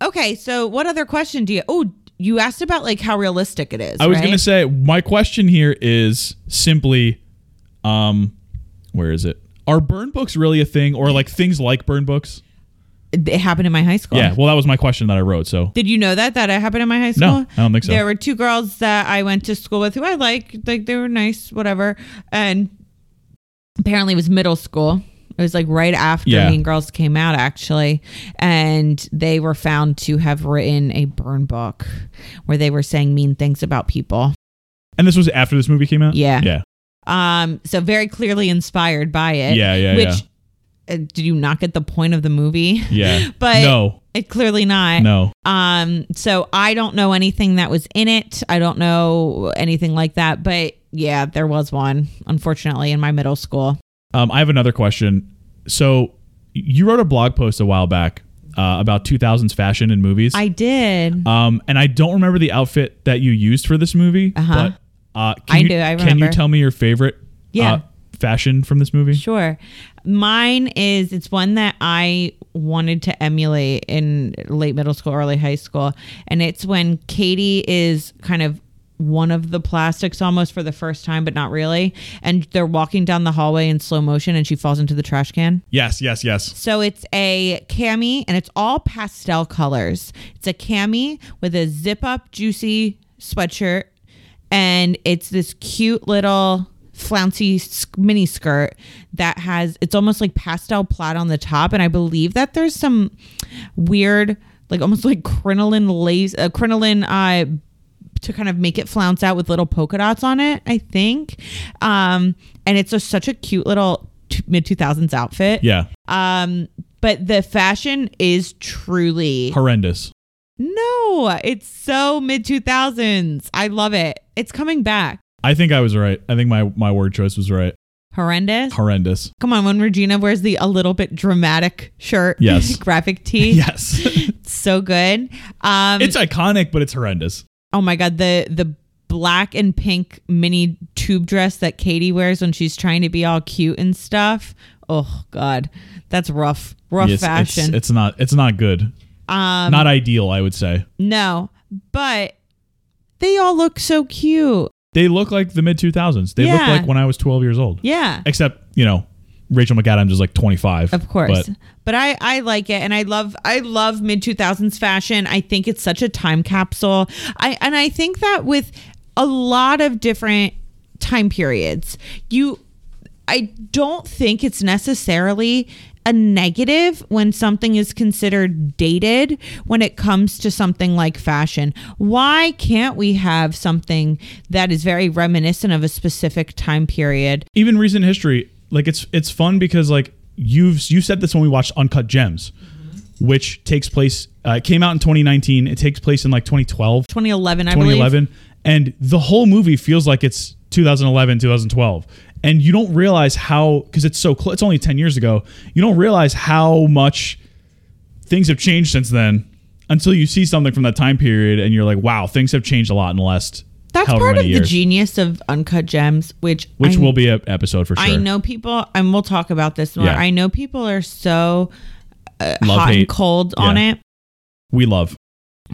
Speaker 1: Okay. So, what other question do you? Oh, you asked about like how realistic it is.
Speaker 2: I was
Speaker 1: right?
Speaker 2: gonna say my question here is simply, um, where is it? Are burn books really a thing, or like things like burn books?
Speaker 1: it happened in my high school.
Speaker 2: Yeah. Well, that was my question that I wrote. So
Speaker 1: Did you know that that it happened in my high school?
Speaker 2: No, I don't think so.
Speaker 1: There were two girls that I went to school with who I like, like they were nice, whatever. And apparently, it was middle school. It was like right after
Speaker 2: Yeah.
Speaker 1: Mean Girls came out, actually, and they were found to have written a burn book where they were saying mean things about people.
Speaker 2: And this was after this movie came out.
Speaker 1: Yeah.
Speaker 2: Yeah.
Speaker 1: Um, so very clearly inspired by it.
Speaker 2: Yeah, yeah,
Speaker 1: Which Uh, did you not get the point of the movie?
Speaker 2: Yeah.
Speaker 1: But-
Speaker 2: no,
Speaker 1: It clearly not.
Speaker 2: no.
Speaker 1: Um, so I don't know anything that was in it. I don't know anything like that, but yeah, there was one, unfortunately, in my middle school.
Speaker 2: Um, I have another question. So you wrote a blog post a while back uh, about 2000s fashion and movies.
Speaker 1: I did.
Speaker 2: um, and I don't remember the outfit that you used for this movie.
Speaker 1: Uh-huh.
Speaker 2: But
Speaker 1: I
Speaker 2: uh, can you,
Speaker 1: do, I
Speaker 2: Can you
Speaker 1: remember.
Speaker 2: tell me your favorite?
Speaker 1: Yeah.
Speaker 2: Uh, fashion from this movie.
Speaker 1: Sure. Mine is it's one that I wanted to emulate in late middle school, early high school. And it's when Katie is kind of one of the plastics almost for the first time, but not really. And they're walking down the hallway in slow motion and she falls into the trash can.
Speaker 2: Yes, yes, yes.
Speaker 1: So it's a cami and it's all pastel colors. It's a cami with a zip up juicy sweatshirt and it's this cute little flouncy s- mini skirt that has it's almost like pastel plaid on the top and I believe that there's some weird like almost like crinoline lace uh, crinoline uh to kind of make it flounce out with little polka dots on it, I think. Um, and it's just such a cute little t- mid 2000s outfit.
Speaker 2: Yeah.
Speaker 1: Um, but the fashion is truly
Speaker 2: Horrendous.
Speaker 1: no, it's so mid 2000s. I love it. It's coming back.
Speaker 2: I think I was right. I think my, my word choice was right.
Speaker 1: Horrendous.
Speaker 2: Horrendous.
Speaker 1: Come on, when Regina wears the a little bit dramatic shirt,
Speaker 2: Yes.
Speaker 1: graphic tee,
Speaker 2: Yes.
Speaker 1: it's so good. Um,
Speaker 2: it's iconic, but it's horrendous.
Speaker 1: Oh my god, the the black and pink mini tube dress that Katie wears when she's trying to be all cute and stuff. Oh god, that's rough, rough
Speaker 2: Yes, it's-
Speaker 1: fashion.
Speaker 2: It's, not it's not good.
Speaker 1: um,
Speaker 2: not ideal, I would say.
Speaker 1: no, but they all look so cute.
Speaker 2: They look like the mid 2000s. They look
Speaker 1: Yeah.
Speaker 2: like when I was 12 years old.
Speaker 1: Yeah,
Speaker 2: Except, you know, Rachel McAdams is like 25.
Speaker 1: of course.
Speaker 2: But
Speaker 1: But, I I like it, and I love I love mid two thousands fashion. I think it's such a time capsule. I and I think that with a lot of different time periods, you I don't think it's necessarily a negative when something is considered dated when it comes to something like fashion. Why can't we have something that is very reminiscent of a specific time period?
Speaker 2: even recent history, like it's it's fun because like you've you said this when we watched Uncut Gems,
Speaker 1: Mm-hmm.
Speaker 2: which takes place uh, it came out in 2019. It takes place in like 2012,
Speaker 1: 2011, I believe.
Speaker 2: 2011, and the whole movie feels like it's 2011, 2012. And you don't realize how because it's so cl- it's only 10 years ago. You don't realize how much things have changed since then until you see something from that time period and you're like, wow, things have changed a lot in the last
Speaker 1: That's
Speaker 2: however
Speaker 1: part of
Speaker 2: many
Speaker 1: the
Speaker 2: years.
Speaker 1: genius of Uncut Gems, which
Speaker 2: which
Speaker 1: I,
Speaker 2: will be an episode for sure.
Speaker 1: I know people, and we'll talk about this more.
Speaker 2: Yeah.
Speaker 1: I know people are so uh,
Speaker 2: Love,
Speaker 1: hot
Speaker 2: hate.
Speaker 1: and cold on
Speaker 2: Yeah.
Speaker 1: it.
Speaker 2: We love.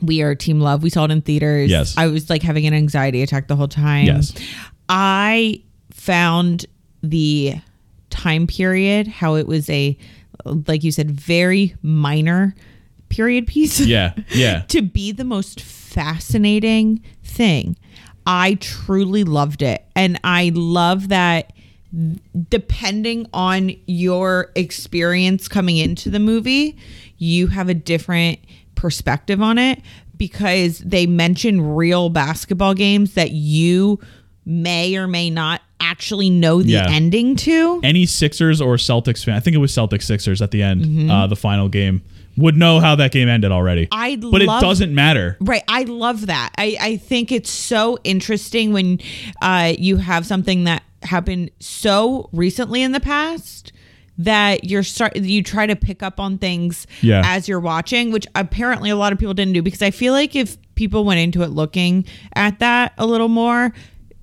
Speaker 1: We are Team Love. We saw it in theaters.
Speaker 2: Yes.
Speaker 1: I was like having an anxiety attack the whole time.
Speaker 2: Yes.
Speaker 1: I found the time period, how it was a, like you said, very minor period piece.
Speaker 2: Yeah. Yeah.
Speaker 1: to be the most fascinating thing. I truly loved it. And I love that depending on your experience coming into the movie, you have a different perspective on it because they mention real basketball games that you may or may not actually know the
Speaker 2: Yeah.
Speaker 1: ending to.
Speaker 2: any Sixers or Celtics fan, I think it was Celtics Sixers at the end,
Speaker 1: Mm-hmm.
Speaker 2: uh, the final game, would know how that game ended already.
Speaker 1: I
Speaker 2: but it
Speaker 1: love-
Speaker 2: doesn't matter.
Speaker 1: Right. I love that. I, I think it's so interesting when uh, you have something that happened so recently in the past that you're start you try to pick up on things
Speaker 2: Yeah.
Speaker 1: as you're watching, which apparently a lot of people didn't do because I feel like if people went into it looking at that a little more,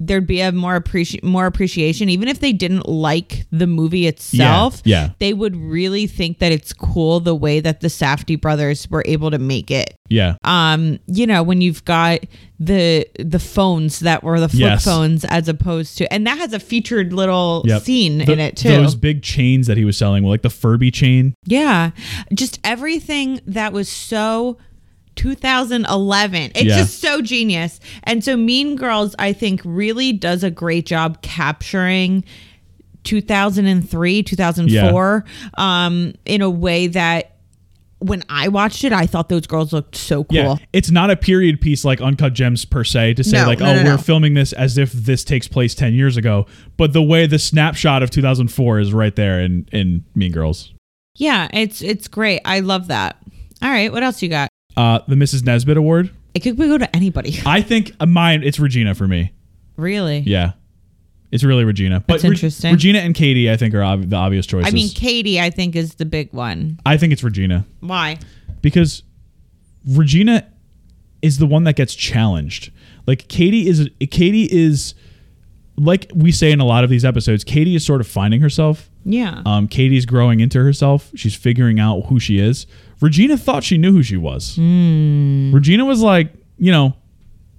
Speaker 1: there'd be a more appreci- more appreciation even if they didn't like the movie itself
Speaker 2: yeah.
Speaker 1: they would really think that it's cool the way that the safety brothers were able to make it
Speaker 2: Yeah.
Speaker 1: um you know when you've got the the phones that were the flip
Speaker 2: Yes.
Speaker 1: phones as opposed to and that has a featured little
Speaker 2: Yep.
Speaker 1: scene
Speaker 2: Th-
Speaker 1: in it too
Speaker 2: Those big chains that he was selling, like the Furby chain.
Speaker 1: yeah just everything that was so 2011 it's
Speaker 2: Yeah.
Speaker 1: just so genius and so mean girls i think really does a great job capturing 2003 2004 um in a way that when i watched it i thought those girls looked so cool
Speaker 2: Yeah, it's not a period piece like Uncut Gems per se to say
Speaker 1: No,
Speaker 2: like,
Speaker 1: no,
Speaker 2: oh,
Speaker 1: no,
Speaker 2: we're
Speaker 1: no.
Speaker 2: filming this as if this takes place ten years ago. But the way the snapshot of 2004 is right there in in Mean Girls.
Speaker 1: Yeah, it's it's great. I love that. All right, what else you got?
Speaker 2: Uh, the Mrs. Nesbitt Award.
Speaker 1: It could go to anybody.
Speaker 2: I think uh, mine. It's Regina for me.
Speaker 1: Really?
Speaker 2: Yeah, it's really Regina. But
Speaker 1: That's interesting.
Speaker 2: Regina and Katie, I think, are ob- the obvious
Speaker 1: I
Speaker 2: choices.
Speaker 1: mean, Katie, I think is the big one.
Speaker 2: I think it's Regina
Speaker 1: Why?
Speaker 2: because Regina is the one that gets challenged. Like Katie is Katie is like we say in a lot of these episodes, Katie is sort of finding herself.
Speaker 1: Yeah.
Speaker 2: Um, Katie's growing into herself. She's figuring out who she is. Regina thought she knew who she was. Regina was like, you know,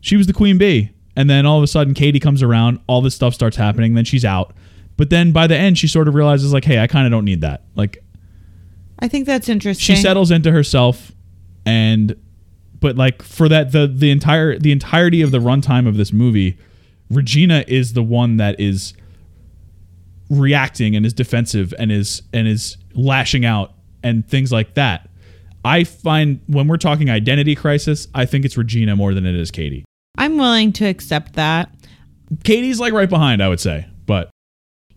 Speaker 2: she was the queen bee, and then all of a sudden, Katie comes around. All this stuff starts happening. Then she's out. But then by the end, she sort of realizes like, hey, I kind of don't need that. Like
Speaker 1: I think that's
Speaker 2: she
Speaker 1: interesting.
Speaker 2: settles into herself and but like for that the the entire the entirety of the runtime of this movie regina is the one that is reacting and is defensive and is and is lashing out and things like that i find when we're talking identity crisis i think it's regina more than it is katie
Speaker 1: I'm willing to accept that.
Speaker 2: katie's like right behind i would say but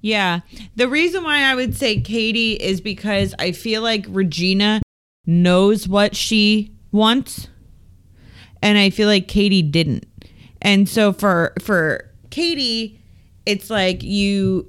Speaker 1: Yeah. The reason why I would say Katie is because I feel like Regina knows what she wants and I feel like Katie didn't. And so for for Katie, it's like you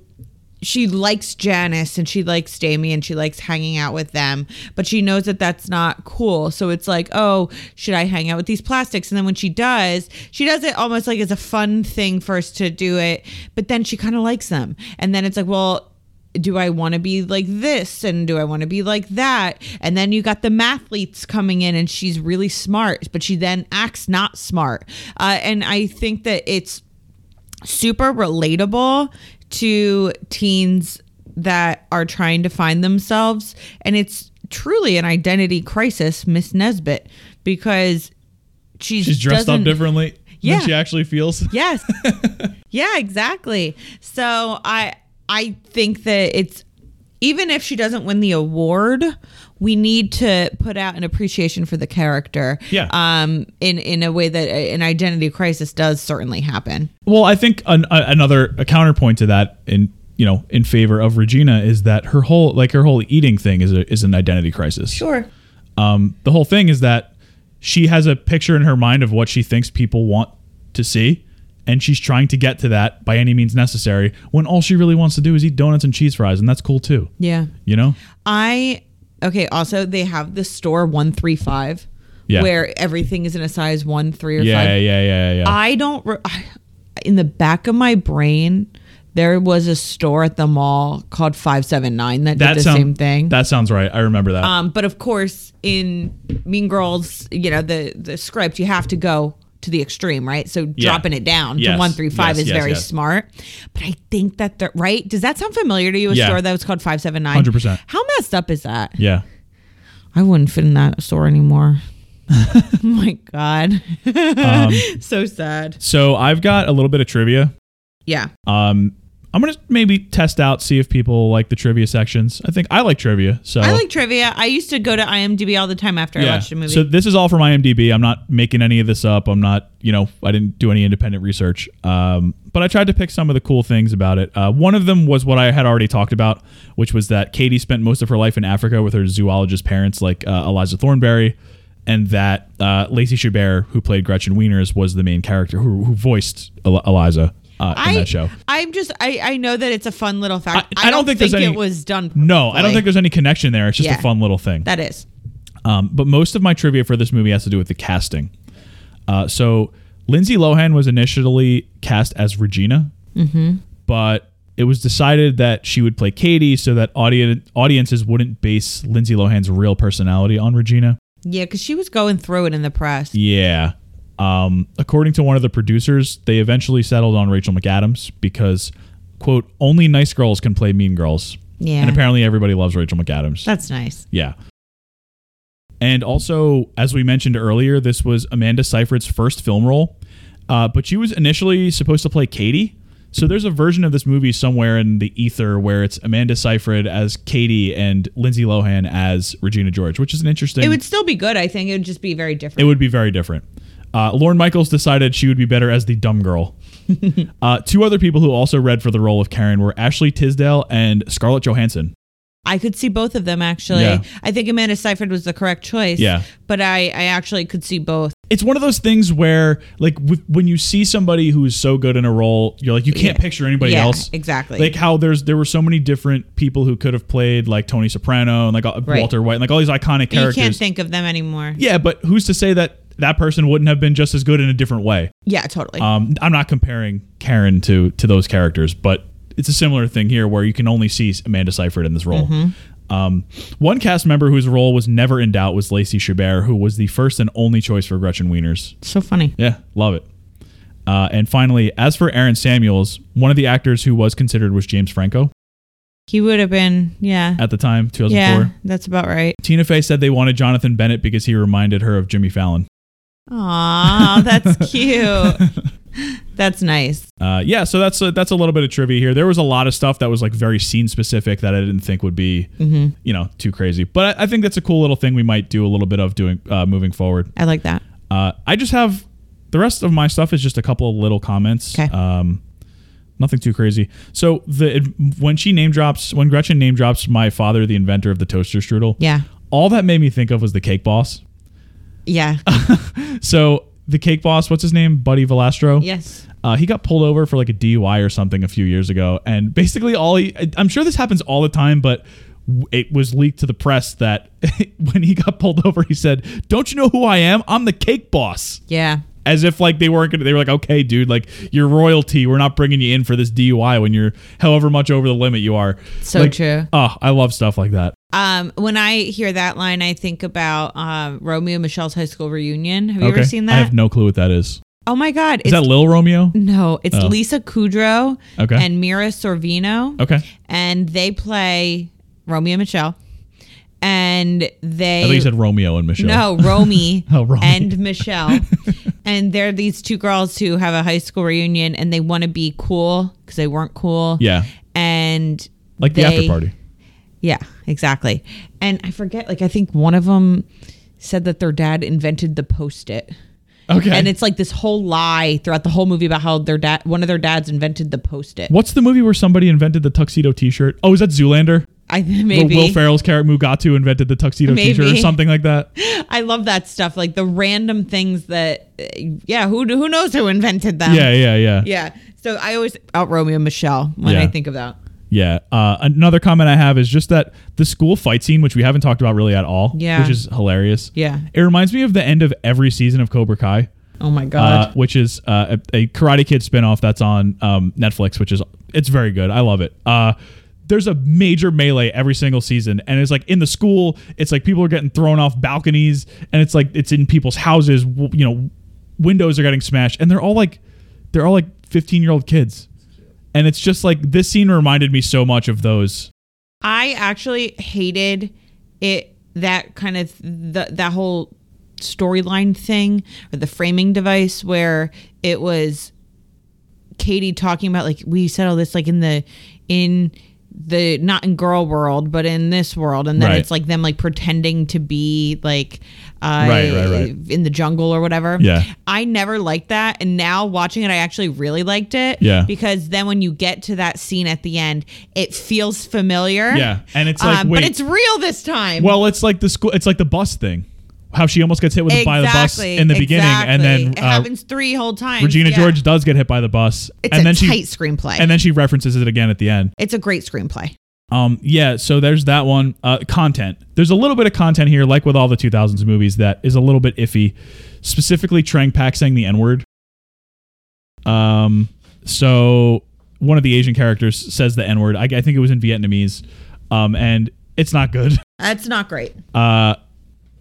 Speaker 1: she likes Janice and she likes Damien, she likes hanging out with them, but she knows that that's not cool. So it's like, oh, should I hang out with these plastics? And then when she does, she does it almost like it's a fun thing first to do it, but then she kind of likes them. And then it's like, well, do I want to be like this and do I want to be like that? And then you got the mathletes coming in and she's really smart, but she then acts not smart. Uh, and I think that it's super relatable to teens that are trying to find themselves. And it's truly an identity crisis, Miss Nesbitt, because she's,
Speaker 2: she's dressed up
Speaker 1: doesn't-
Speaker 2: differently
Speaker 1: Yeah.
Speaker 2: than she actually feels
Speaker 1: Yes. yeah, exactly. So I I think that it's even if she doesn't win the award, we need to put out an appreciation for the character.
Speaker 2: Yeah.
Speaker 1: Um in in a way that a- an identity crisis does certainly happen.
Speaker 2: Well, I think an, a, another a counterpoint to that, in you know, in favor of Regina, is that her whole like her whole eating thing is a, is an identity crisis.
Speaker 1: Sure.
Speaker 2: Um, the whole thing is that she has a picture in her mind of what she thinks people want to see, and she's trying to get to that by any means necessary. When all she really wants to do is eat donuts and cheese fries, and that's cool too.
Speaker 1: Yeah.
Speaker 2: You know?
Speaker 1: I okay. Also, they have the store one three five,
Speaker 2: Yeah.
Speaker 1: where everything is in a size one, three, or
Speaker 2: Yeah, yeah,
Speaker 1: five.
Speaker 2: yeah, yeah, yeah.
Speaker 1: I don't. Re- I- in the back of my brain, there was a store at the mall called Five Seven Nine that, did the
Speaker 2: sound-
Speaker 1: same thing.
Speaker 2: That sounds right. I remember that.
Speaker 1: um, but of course, in Mean Girls, you know the the script, you have to go to the extreme, right? So dropping it down
Speaker 2: Yes,
Speaker 1: to one three five
Speaker 2: yes,
Speaker 1: is
Speaker 2: yes,
Speaker 1: very
Speaker 2: yes.
Speaker 1: smart. But I think that the right does that sound familiar to you? A
Speaker 2: Yeah.
Speaker 1: store that was called Five Seven Nine.
Speaker 2: 100%.
Speaker 1: How messed up is that?
Speaker 2: yeah.
Speaker 1: I wouldn't fit in that store anymore. oh my god.
Speaker 2: Um,
Speaker 1: so sad.
Speaker 2: So I've got a little bit of trivia
Speaker 1: Yeah.
Speaker 2: Um, I'm gonna maybe test out, see if people like the trivia sections. I think I like trivia, so
Speaker 1: I like trivia. I used to go to IMDb all the time after I
Speaker 2: yeah.
Speaker 1: watched a movie.
Speaker 2: So this is all from IMDb. I'm not making any of this up. I'm not, you know, I didn't do any independent research. Um, but I tried to pick some of the cool things about it. Uh, one of them was what I had already talked about, which was that Katie spent most of her life in Africa with her zoologist parents, like uh, Eliza Thornberry. And that uh, Lacey Chabert, who played Gretchen Wieners, was the main character who, who voiced Eli- Eliza uh, in
Speaker 1: I,
Speaker 2: that show.
Speaker 1: I'm just I, I know that it's a fun little fact.
Speaker 2: I- I don't think there's any-
Speaker 1: it was done.
Speaker 2: No, I don't think
Speaker 1: perfectly.
Speaker 2: there's any connection there. It's just a
Speaker 1: Yeah.
Speaker 2: fun little thing.
Speaker 1: that is.
Speaker 2: Um, but most of my trivia for this movie has to do with the casting. Uh, so Lindsay Lohan was initially cast as Regina, but it was decided that she would play Katie so that audience audiences wouldn't base Lindsay Lohan's real personality on Regina.
Speaker 1: Yeah, because she was going through it in the press.
Speaker 2: Yeah. Um, according to one of the producers, they eventually settled on Rachel McAdams because, quote, only nice girls can play mean girls.
Speaker 1: Yeah.
Speaker 2: And apparently everybody loves Rachel McAdams.
Speaker 1: That's nice.
Speaker 2: yeah. And also, as we mentioned earlier, this was Amanda Seyfried's first film role, uh, but she was initially supposed to play Katie. So there's a version of this movie somewhere in the ether where it's Amanda Seyfried as Katie and Lindsay Lohan as Regina George, which is an interesting.
Speaker 1: It would still be good, I think. It would just be very different.
Speaker 2: It would be very different. Uh, Lauren Michaels decided she would be better as the dumb girl. uh, two other people who also read for the role of Karen were Ashley Tisdale and Scarlett Johansson.
Speaker 1: I could see both of them actually.
Speaker 2: Yeah.
Speaker 1: I think Amanda Seyfried was the correct choice.
Speaker 2: Yeah.
Speaker 1: But I, I actually could see both.
Speaker 2: It's one of those things where, like, w- when you see somebody who is so good in a role, you're like, you can't
Speaker 1: Yeah.
Speaker 2: picture anybody
Speaker 1: Yeah,
Speaker 2: else.
Speaker 1: exactly.
Speaker 2: Like how there's there were so many different people who could have played like Tony Soprano and like uh,
Speaker 1: Right.
Speaker 2: Walter White and like all these iconic
Speaker 1: But you
Speaker 2: characters.
Speaker 1: can't think of them anymore.
Speaker 2: yeah, but who's to say that that person wouldn't have been just as good in a different way?
Speaker 1: Yeah, totally.
Speaker 2: Um, I'm not comparing Karen to to those characters, but it's a similar thing here where you can only see Amanda Seyfried in this role.
Speaker 1: Mm-hmm.
Speaker 2: Um, one cast member whose role was never in doubt was Lacey Chabert, who was the first and only choice for Gretchen Wieners.
Speaker 1: so funny.
Speaker 2: Yeah, love it. Uh, and finally, as for Aaron Samuels, one of the actors who was considered was James Franco
Speaker 1: He would have been, yeah.
Speaker 2: at the time, 2004.
Speaker 1: Yeah, that's about right.
Speaker 2: Tina Fey said they wanted Jonathan Bennett because he reminded her of Jimmy Fallon.
Speaker 1: Aw, that's cute. that's nice.
Speaker 2: Uh, yeah, so that's a, that's a little bit of trivia here. There was a lot of stuff that was like very scene specific that I didn't think would be
Speaker 1: Mm-hmm.
Speaker 2: you know too crazy, but I, I think that's a cool little thing we might do a little bit of doing uh, moving forward.
Speaker 1: I like that.
Speaker 2: Uh, I just have the rest of my stuff is just a couple of little comments.
Speaker 1: 'Kay.
Speaker 2: Um, nothing too crazy. So the when she name drops when Gretchen name drops my father, the inventor of the toaster strudel.
Speaker 1: Yeah.
Speaker 2: All that made me think of was the cake boss.
Speaker 1: Yeah.
Speaker 2: So the cake boss, what's his name? Buddy Velastro.
Speaker 1: yes.
Speaker 2: Uh, he got pulled over for like a DUI or something a few years ago, and basically all he, I- I'm sure this happens all the time, but w- it was leaked to the press that when he got pulled over, he said, "Don't you know who I am? I'm the cake boss."
Speaker 1: Yeah.
Speaker 2: As if like they weren't gonna, they were like, "Okay, dude, like you're royalty. We're not bringing you in for this DUI when you're however much over the limit you are."
Speaker 1: So
Speaker 2: Like,
Speaker 1: true.
Speaker 2: Oh, I love stuff like that.
Speaker 1: Um, when I hear that line, I think about um, Romeo and Michelle's high school reunion. Have you ever seen that?
Speaker 2: I have no clue what that is.
Speaker 1: oh my God.
Speaker 2: Is
Speaker 1: it's
Speaker 2: that Lil Romeo?
Speaker 1: No, it's
Speaker 2: Oh.
Speaker 1: Lisa Kudrow
Speaker 2: Okay.
Speaker 1: and Mira Sorvino.
Speaker 2: Okay,
Speaker 1: And they play Romeo and Michelle. And they.
Speaker 2: I think you said Romeo and Michelle.
Speaker 1: no, Romy,
Speaker 2: Oh, Romy.
Speaker 1: and Michelle. and they're these two girls who have a high school reunion and they want to be cool because they weren't cool.
Speaker 2: Yeah,
Speaker 1: And
Speaker 2: like the
Speaker 1: they-
Speaker 2: after party.
Speaker 1: Yeah, exactly. And I forget, like, I think one of them said that their dad invented the post it.
Speaker 2: Okay,
Speaker 1: And it's like this whole lie throughout the whole movie about how their dad, one of their dads invented the post it.
Speaker 2: What's the movie where somebody invented the tuxedo T-shirt? Oh, is that Zoolander?
Speaker 1: I
Speaker 2: Where
Speaker 1: maybe
Speaker 2: Will Ferrell's character Mugatu invented the tuxedo
Speaker 1: Maybe.
Speaker 2: T-shirt or something like that.
Speaker 1: I love that stuff, like the random things that, uh, yeah, who who knows who invented them?
Speaker 2: Yeah, yeah, yeah, yeah.
Speaker 1: yeah. So I always out Romeo and Michelle when
Speaker 2: Yeah.
Speaker 1: I think of that.
Speaker 2: Uh, another comment I have is just that the school fight scene, which we haven't talked about really at all,
Speaker 1: Yeah.
Speaker 2: which is hilarious.
Speaker 1: Yeah.
Speaker 2: It reminds me of the end of every season of Cobra Kai,
Speaker 1: Oh my
Speaker 2: uh,
Speaker 1: god.
Speaker 2: which is uh, a, a Karate Kid spinoff that's on um, Netflix, which is it's very good. I love it. Uh, there's a major melee every single season, and it's like in the school, it's like people are getting thrown off balconies, and it's like it's in people's houses. w- You know, windows are getting smashed, and they're all like they're all like 15 year old kids, and it's just like this scene reminded me so much of those.
Speaker 1: I actually hated it that kind of the, that whole storyline thing or the framing device where it was Katie talking about like we said all this like in the in the not in girl world but in this world and then
Speaker 2: Right.
Speaker 1: it's like them like pretending to be like uh,
Speaker 2: Right, right, right.
Speaker 1: in the jungle or whatever
Speaker 2: Yeah.
Speaker 1: i never liked that and now watching it i actually really liked it
Speaker 2: Yeah.
Speaker 1: because then when you get to that scene at the end it feels familiar
Speaker 2: Yeah, and it's like,
Speaker 1: Um, but
Speaker 2: wait.
Speaker 1: it's real this time
Speaker 2: Well, it's like the school, it's like the bus thing, how she almost gets hit with a by the bus
Speaker 1: exactly
Speaker 2: in the beginning, and then
Speaker 1: exactly. it
Speaker 2: uh,
Speaker 1: happens three whole times
Speaker 2: Regina
Speaker 1: yeah.
Speaker 2: George does get hit by the bus,
Speaker 1: it's
Speaker 2: and
Speaker 1: a
Speaker 2: then she
Speaker 1: tight screenplay
Speaker 2: and then she references it again at the end.
Speaker 1: it's a great screenplay
Speaker 2: Um, yeah, so there's that one. Uh, content. There's a little bit of content here, like with all the 2000s movies, that is a little bit iffy. Specifically, Trang Pak saying the N word. Um, so one of the Asian characters says the N word. I, I think it was in Vietnamese, um, and it's not good.
Speaker 1: That's not great.
Speaker 2: Uh,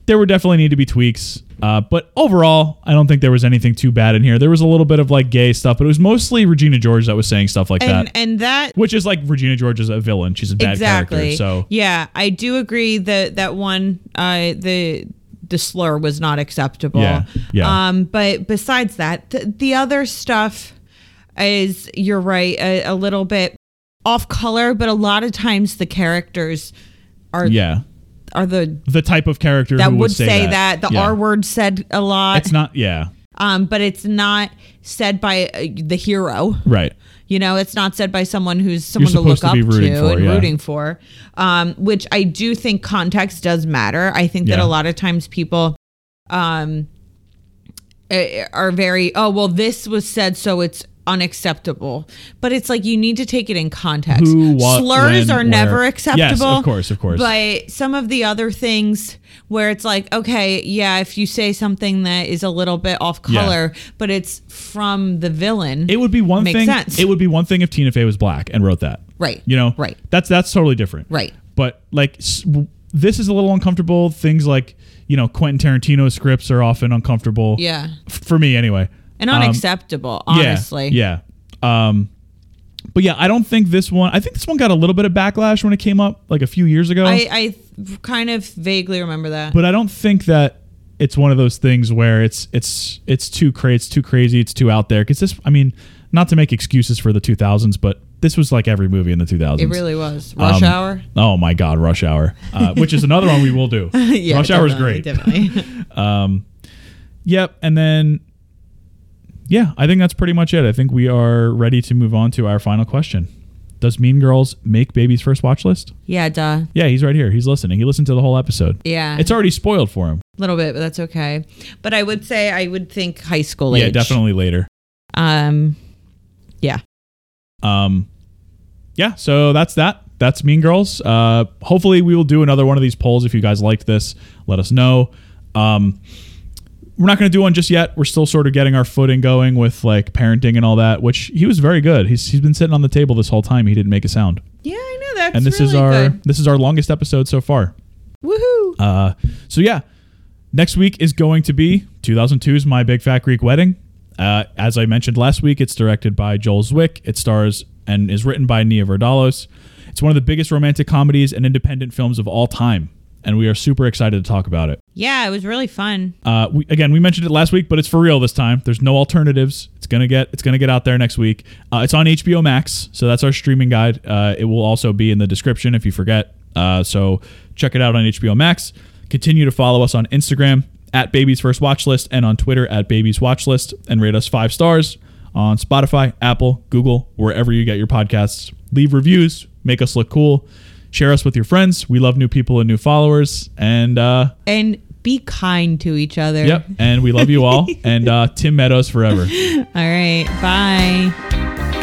Speaker 2: there were definitely need to be tweaks, uh, but overall, I don't think there was anything too bad in here. There was a little bit of like gay stuff, but it was mostly Regina George that was saying stuff like
Speaker 1: And
Speaker 2: that,
Speaker 1: and that
Speaker 2: which is like Regina George is a villain. She's a bad
Speaker 1: exactly.
Speaker 2: character. So
Speaker 1: yeah, I do agree that that one uh, the the slur was not acceptable.
Speaker 2: Yeah, yeah.
Speaker 1: Um, but besides that, th- the other stuff is you're right a, a little bit off color, but a lot of times the characters are
Speaker 2: yeah,
Speaker 1: are the
Speaker 2: the type of character
Speaker 1: that
Speaker 2: who
Speaker 1: would, say, that.
Speaker 2: that,
Speaker 1: the
Speaker 2: Yeah.
Speaker 1: R word said a lot,
Speaker 2: It's not. Yeah.
Speaker 1: um, but it's not said by uh, the hero.
Speaker 2: Right.
Speaker 1: You know, it's not said by someone who's someone to
Speaker 2: supposed
Speaker 1: look
Speaker 2: to
Speaker 1: up
Speaker 2: be
Speaker 1: to
Speaker 2: rooting for,
Speaker 1: and
Speaker 2: yeah.
Speaker 1: rooting for, um, which I do think context does matter. I think that
Speaker 2: Yeah.
Speaker 1: a lot of times people um, eh, are very, oh, well, this was said, so it's unacceptable. But it's like you need to take it in context.
Speaker 2: Who, what,
Speaker 1: Slurs
Speaker 2: when,
Speaker 1: are
Speaker 2: where.
Speaker 1: never
Speaker 2: Yes,
Speaker 1: acceptable.
Speaker 2: of course, of course.
Speaker 1: But some of the other things where it's like, okay, yeah, if you say something that is a little bit off
Speaker 2: Yeah.
Speaker 1: color, but it's from the villain.
Speaker 2: It would be one
Speaker 1: Makes
Speaker 2: thing.
Speaker 1: sense.
Speaker 2: It would be one thing if Tina Fey was black and wrote that.
Speaker 1: Right.
Speaker 2: You know.
Speaker 1: Right.
Speaker 2: That's that's totally different.
Speaker 1: Right.
Speaker 2: But like s- w- this is a little uncomfortable. Things like you know Quentin Tarantino scripts are often uncomfortable.
Speaker 1: Yeah.
Speaker 2: F- for me anyway.
Speaker 1: and
Speaker 2: Um,
Speaker 1: unacceptable,
Speaker 2: yeah,
Speaker 1: honestly.
Speaker 2: Yeah. Um. But yeah, I don't think this one. I think this one got a little bit of backlash when it came up like a few years ago.
Speaker 1: I, I th- kind of vaguely remember that.
Speaker 2: but I don't think that it's one of those things where it's it's it's too crazy, it's too crazy, it's too out there. Because this, I mean, not to make excuses for the 2000s, but this was like every movie in the 2000s.
Speaker 1: it really was.
Speaker 2: Um,
Speaker 1: Rush hour?
Speaker 2: Oh my God, Rush Hour, uh, which is another one we will do.
Speaker 1: Yeah,
Speaker 2: Rush Hour is
Speaker 1: definitely,
Speaker 2: great.
Speaker 1: Definitely.
Speaker 2: Um, yep, and then yeah, I think that's pretty much it. I think we are ready to move on to our final question. Does Mean Girls make Baby's first watch list?
Speaker 1: yeah, duh.
Speaker 2: Yeah, he's right here. He's listening. He listened to the whole episode.
Speaker 1: Yeah.
Speaker 2: It's already spoiled for him.
Speaker 1: a little bit, but that's okay. But I would say I would think high school
Speaker 2: Yeah,
Speaker 1: age.
Speaker 2: definitely later.
Speaker 1: Um, yeah.
Speaker 2: um yeah so that's that that's mean girls uh hopefully we will do another one of these polls if you guys liked this let us know um we're not going to do one just yet we're still sort of getting our footing going with like parenting and all that which he was very good he's, he's been sitting on the table this whole time he didn't make a sound
Speaker 1: Yeah, I know. That's
Speaker 2: and this
Speaker 1: really
Speaker 2: is our
Speaker 1: good.
Speaker 2: this is our longest episode so far
Speaker 1: Woohoo.
Speaker 2: uh, so yeah, next week is going to be 2002's My Big Fat Greek Wedding. Uh, as I mentioned last week, it's directed by Joel Zwick. It stars and is written by Nia Vardalos. It's one of the biggest romantic comedies and independent films of all time, and we are super excited to talk about it.
Speaker 1: yeah, it was really fun.
Speaker 2: Uh, we, again, we mentioned it last week, but it's for real this time. There's no alternatives. It's gonna get it's gonna get out there next week. Uh, it's on HBO Max, so that's our streaming guide. Uh, it will also be in the description if you forget. Uh, so check it out on HBO Max. Continue to follow us on Instagram at Baby's First Watch List and on Twitter at Baby's Watch List and rate us five stars on Spotify, Apple, Google, wherever you get your podcasts. Leave reviews, make us look cool. Share us with your friends. We love new people and new followers. And uh,
Speaker 1: And be kind to each other.
Speaker 2: Yep. And we love you all. and uh, Tim Meadows forever.
Speaker 1: All right. Bye.